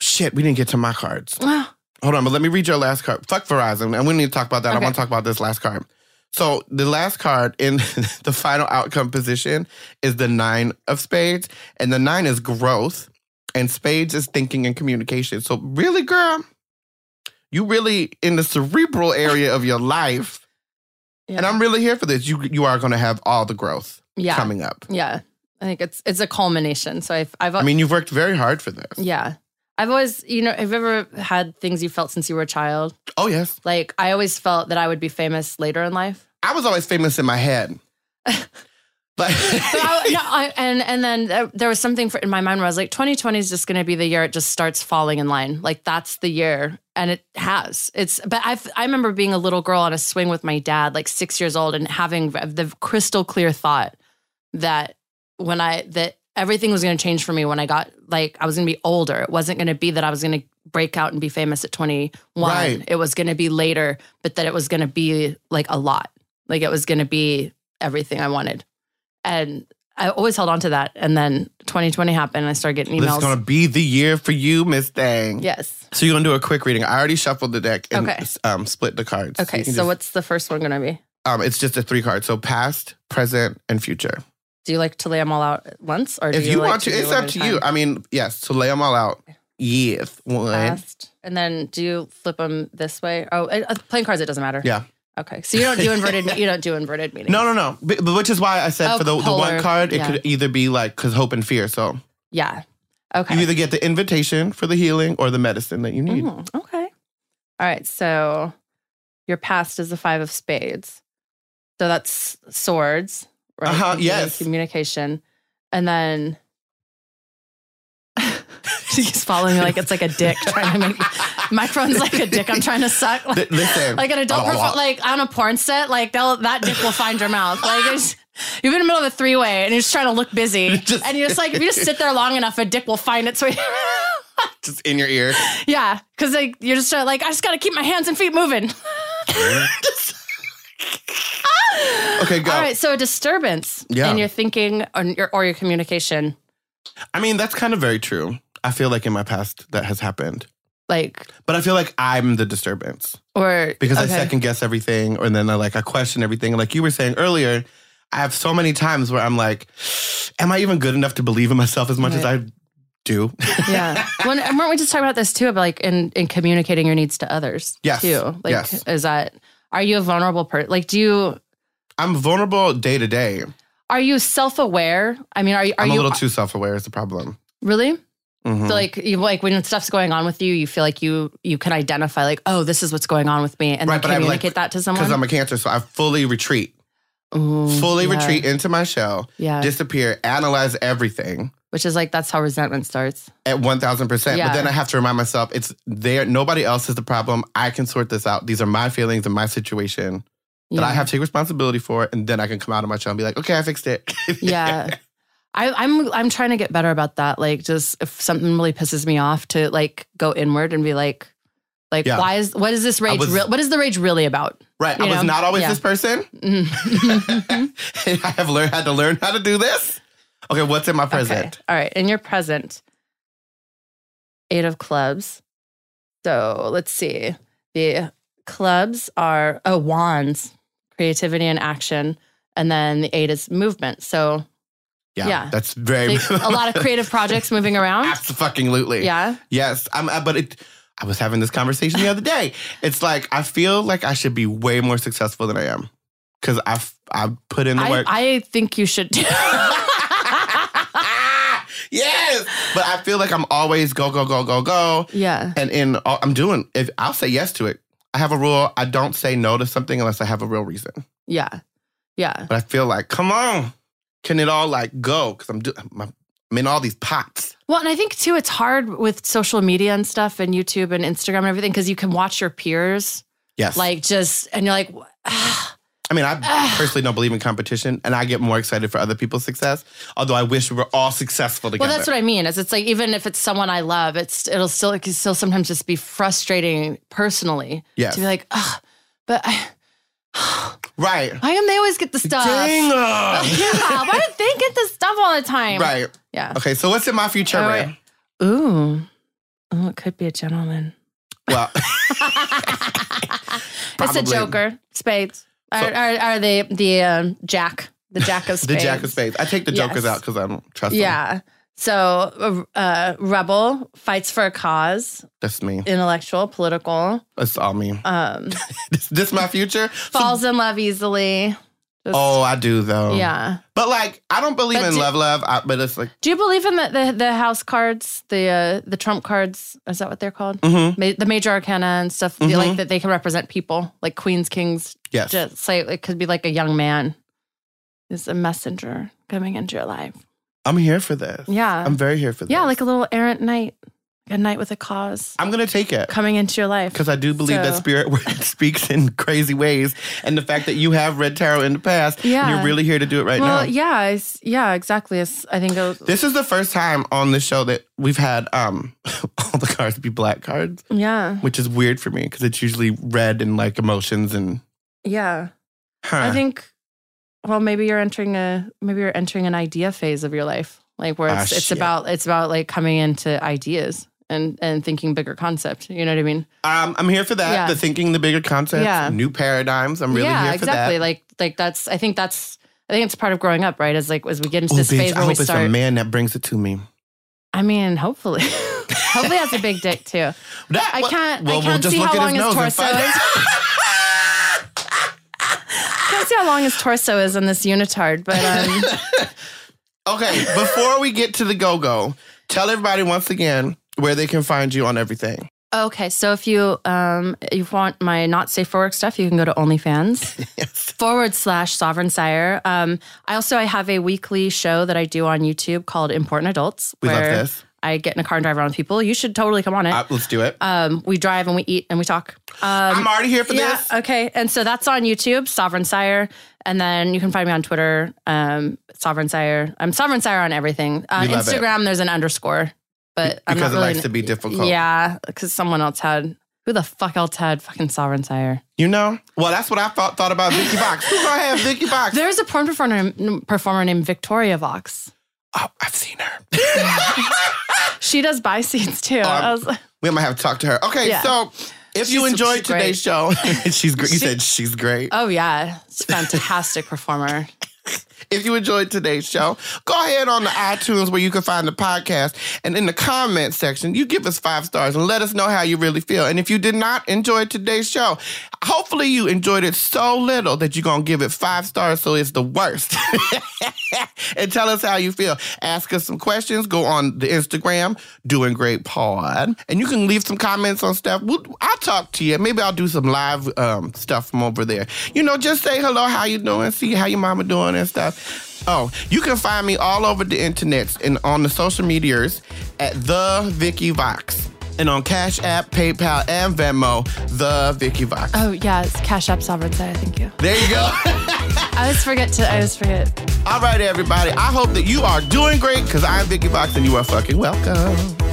A: Shit, we didn't get to my cards.
B: Wow.
A: Hold on, but let me read your last card. Fuck Verizon, and we need to talk about that. I
B: Okay.
A: want to talk about this last card. So the last card in (laughs) the final outcome position is the nine of spades, and the nine is growth, and spades is thinking and communication. So really, girl, you really in the cerebral area of your life, and I'm really here for this. You you are going to have all the growth
B: yeah.
A: coming up.
B: Yeah. I think it's it's a culmination. So I've I've
A: I mean, you've worked very hard for this.
B: yeah. I've always, you know, have you ever had things you felt since you were a child?
A: Oh yes,
B: Like I always felt that I would be famous later in life.
A: I was always famous in my
B: (laughs)
A: head. like
B: But I- no, I- and and then uh, there was something for, in my mind where I was like, 2020 is just going to be the year it just starts falling in line. Like that's the year, and it has. It's but I I remember being a little girl on a swing with my dad, like six years old, and having the crystal clear thought that when I that everything was going to change for me when I got like I was going to be older. It wasn't going to be that I was going to break out and be famous at 21.
A: Right.
B: It was going to be later, but that it was going to be like a lot. Like it was going to be everything I wanted. And I always held on to that and then 2020 happened and I started getting
A: this
B: emails.
A: is going to be the year for you, Miss Thang.
B: yes.
A: So you're going to do a quick reading. I already shuffled the deck and
B: Okay.
A: um, split the cards.
B: Okay,
A: you
B: so
A: can just-
B: what's the first one going to be?
A: um, it's just a three card. So past, present, and future.
B: Do you like to lay them all out at once or do
A: If you,
B: like
A: want to,
B: do
A: it's
B: one
A: up
B: at a
A: to you.
B: time?
A: I mean, yes. So lay them all out. Yes. One.
B: Fast. And then do you flip them this way? Oh, uh, uh, playing cards it doesn't matter.
A: Yeah.
B: Okay. So you don't do inverted you don't do inverted meetings.
A: No, no, no. But, but which is why I said
B: Oh,
A: for the, the one
B: polar.
A: card, it
B: Yeah.
A: could either be like because hope and fear. So
B: Yeah. Okay.
A: you either get the invitation for the healing or the medicine that you need.
B: Mm, okay. All right. So your past is the five of spades. So that's swords, right?
A: Uh-huh,
B: Commu-
A: yes.
B: Communication. And then (laughs)
A: (laughs)
B: he's following me like it's like a dick trying to make my phone's like a dick I'm trying to suck. Like, (laughs)
A: Th- listen,
B: like an adult,
A: Oh, wow.
B: profile, like on a porn set, like they'll, that dick will find your mouth. Like
A: (laughs)
B: it's, you're in the middle of a three way and you're just trying to look busy.
A: Just-
B: and you're just like, if you just sit there long enough, a dick will
A: (laughs)
B: find its way. (laughs)
A: just in your ear. (laughs)
B: Yeah, because like you're just (laughs) uh, like I just gotta keep my hands and feet moving. Just-
A: Okay, go.
B: All right, so a disturbance
A: Yeah.
B: in your thinking or your, or your communication,
A: I mean, that's kind of very true. I feel like in my past that has happened.
B: like
A: But I feel like I'm the disturbance
B: or
A: because
B: okay.
A: I second guess everything, or then I like I question everything. Like you were saying earlier, I have so many times where I'm like, (sighs) "Am I even good enough to believe in myself as much as I do?"
B: (laughs) yeah. When, and weren't we just talking about this too? About like in, in communicating your needs to others.
A: Yes.
B: Too. Like,
A: Yes.
B: is that are you a vulnerable person? Like, do you
A: I'm vulnerable day to day.
B: are you self aware? I mean, are you are
A: I'm a
B: you
A: little too self aware. Is the problem.
B: really
A: Mhm.
B: so like you like when stuff's going on with you, you feel like you you can identify like oh this is what's going on with me and
A: Right, but
B: then
A: I'm, like,
B: communicate that to someone.
A: because I'm a cancer, so I fully retreat,
B: Ooh,
A: fully
B: yeah,
A: retreat into my shell,
B: Yeah.
A: disappear, analyze everything
B: Which is like that's how resentment starts.
A: at one thousand percent. But
B: Yeah.
A: then I have to remind myself it's there. Nobody else is the problem. I can sort this out. These are my feelings and my situation that I
B: Yeah.
A: have to take responsibility for, and then I can come out of my shell and be like, okay, I fixed it. (laughs)
B: (laughs) yeah I, i'm i'm trying to get better about that like just if something really pisses me off to like go inward and be like like
A: Yeah.
B: why is what is this rage
A: was-
B: real what is the rage really about (laughs)
A: right. I
B: You
A: was
B: know,
A: not always
B: yeah.
A: this
B: (laughs)
A: person. (laughs)
B: Mhm.
A: I have learned had to learn how to do this. Okay, what's in my
B: okay.
A: present?
B: all right in your present eight of clubs so let's see the clubs are oh wands creativity and action and then the eight is movement so
A: Yeah,
B: Yeah.
A: that's very
B: like, a lot
A: (laughs)
B: of creative projects moving around
A: Absolutely.
B: yeah
A: Yes, I'm. uh, But it. I was having this conversation the other day. It's like I feel like I should be way more successful than I am because I've I've put in the
B: I,
A: work.
B: I think you should do
A: (laughs) yes, but I feel like I'm always go go go go go,
B: (laughs) Yeah.
A: and in all I'm doing, if I'll say yes to it. I have a rule. I don't say no to something unless I have a real reason.
B: Yeah. Yeah.
A: But I feel like, come on, can it all like go? Because I'm do- my, I'm in all these pots.
B: Well, and I think too, it's hard with social media and stuff and YouTube and Instagram and everything because you can watch your peers
A: Yes,
B: like just, and you're like, ah,
A: I mean, I personally don't believe in competition, and I get more excited for other people's success. Although I wish we were all successful together.
B: well, that's what I mean. Is it's like, even if it's someone I love, it's, it'll still, it can still sometimes just be frustrating personally
A: Yes.
B: to be like, ah, but I,
A: right.
B: why can they always get the stuff? (laughs)
A: Dang. uh.
B: Yeah, why do they get the stuff all the time?
A: right.
B: Yeah.
A: Okay. So what's in my future?
B: All
A: Ray?
B: right. Ooh. Oh, it could be a gentleman.
A: Well,
B: It's a
A: Probably.
B: Joker, spades. Are, are, are they the um, Jack, the Jack
A: (laughs)
B: of
A: the
B: spades?
A: Jack of Spades. I take the Jokers
B: Yes.
A: out because I don't trust them.
B: Yeah. So, uh, uh, rebel fights for a cause,
A: That's me.
B: intellectual, political,
A: That's all me. (laughs)
B: um,
A: this, this my future.
B: falls in love easily. Just-
A: Oh, I do though.
B: yeah.
A: But like, I don't believe
B: But
A: in
B: do-
A: love, love. I, but it's like,
B: Do you believe in the the, the house cards, the uh, the trump cards? Is that what they're called?
A: mhm.
B: Ma- the major arcana and stuff they
A: Mhm.
B: like that they can represent people, like queens, kings,
A: yes.
B: just say it could be like a young man is a messenger coming into your life.
A: I'm here for this.
B: Yeah.
A: I'm very here for this.
B: yeah, like a little errant knight, a knight with a cause
A: I'm gonna take it.
B: coming into your life.
A: Because I do believe that
B: So-
A: spirit (laughs) work speaks in crazy ways. And the fact that you have read tarot in the past, and
B: Yeah.
A: you're really here to do it right
B: well,
A: now.
B: yeah, it's, yeah, exactly. It's, I think it was,
A: This is the first time on this show that we've had um, (laughs) all the cards be black cards,
B: yeah,
A: which is weird for me because it's usually red and like emotions and.
B: yeah.
A: Huh.
B: I think, well, maybe you're entering a maybe you're entering an idea phase of your life, like where
A: Ah,
B: it's it's
A: shit.
B: about it's about like coming into ideas and and thinking bigger concept. You know what I mean?
A: um, I'm here for that.
B: Yeah.
A: The thinking, the bigger concepts,
B: Yeah.
A: new paradigms. I'm really
B: yeah,
A: here for
B: exactly.
A: that.
B: Like like that's I think that's I think it's part of growing up, right? Is like as we get into
A: Oh,
B: this
A: bitch,
B: phase
A: I
B: where
A: hope
B: we
A: it's
B: start.
A: a man that brings it to me.
B: I mean, hopefully, (laughs) hopefully that's a big dick too.
A: That-
B: I
A: well-
B: can't- I
A: well, we'll
B: can't
A: just
B: see
A: look
B: how
A: at
B: long his
A: nose and
B: torso
A: find
B: is.
A: out.
B: Can't see how long his torso is on this unitard, but
A: (laughs)
B: um,
A: Okay, before we get to the go go, tell everybody once again where they can find you on everything.
B: okay. So if you um you want my not safe for work stuff, you can go to OnlyFans
A: (laughs) Yes.
B: forward slash Sovereign Sire. Um, I also I have a weekly show that I do on YouTube called Important Adults.
A: We love
B: where
A: this.
B: I get in a car and drive around with people. You should totally come on it.
A: Uh, let's do it.
B: um, we drive and we eat and we talk. Um,
A: I'm already here for
B: Yeah.
A: this.
B: Okay. And so that's on YouTube, Sovereign Sire. And then you can find me on Twitter, um, Sovereign Sire. I'm Sovereign Sire on everything. Uh,
A: We love it.
B: Instagram, there's an underscore, but I'm
A: because
B: not
A: it
B: really.
A: likes to be difficult.
B: yeah, because someone else had. Who the fuck else had fucking Sovereign Sire?
A: You know? Well, that's what I thought, thought about Vicky Vox. Who's gonna have Vicky Vox?
B: There's a porn performer, performer named Victoria Vox.
A: oh, I've seen her.
B: (laughs) She does buy scenes
A: Um,
B: too. I was like,
A: We might have to talk to her. Okay,
B: Yeah.
A: so if you
B: She's-
A: enjoyed
B: she's
A: today's
B: (laughs)
A: show, (laughs) she's great. You said she's great.
B: oh yeah, it's a fantastic performer.
A: (laughs) If you enjoyed today's show, go ahead on the iTunes where you can find the podcast. And in the comment section, you give us five stars and let us know how you really feel. And if you did not enjoy today's show, hopefully you enjoyed it so little that you're going to give it five stars so it's the worst. (laughs) and tell us how you feel. Ask us some questions. Go on the Instagram, Doing Great Pod. And you can leave some comments on stuff. We'll, I'll talk to you. Maybe I'll do some live um, stuff from over there. You know, just say hello, how you doing, see how your mama doing and stuff. Oh, you can find me all over the internets and on the social medias at The Vicky Vox. And on Cash App, PayPal, and Venmo, The Vicky Vox.
B: Oh yeah, it's Cash App Sovereign Sire. Thank you.
A: There you go.
B: I always forget to. I always forget.
A: all right, everybody. I hope that you are doing great because I'm Vicky Vox and you are fucking welcome.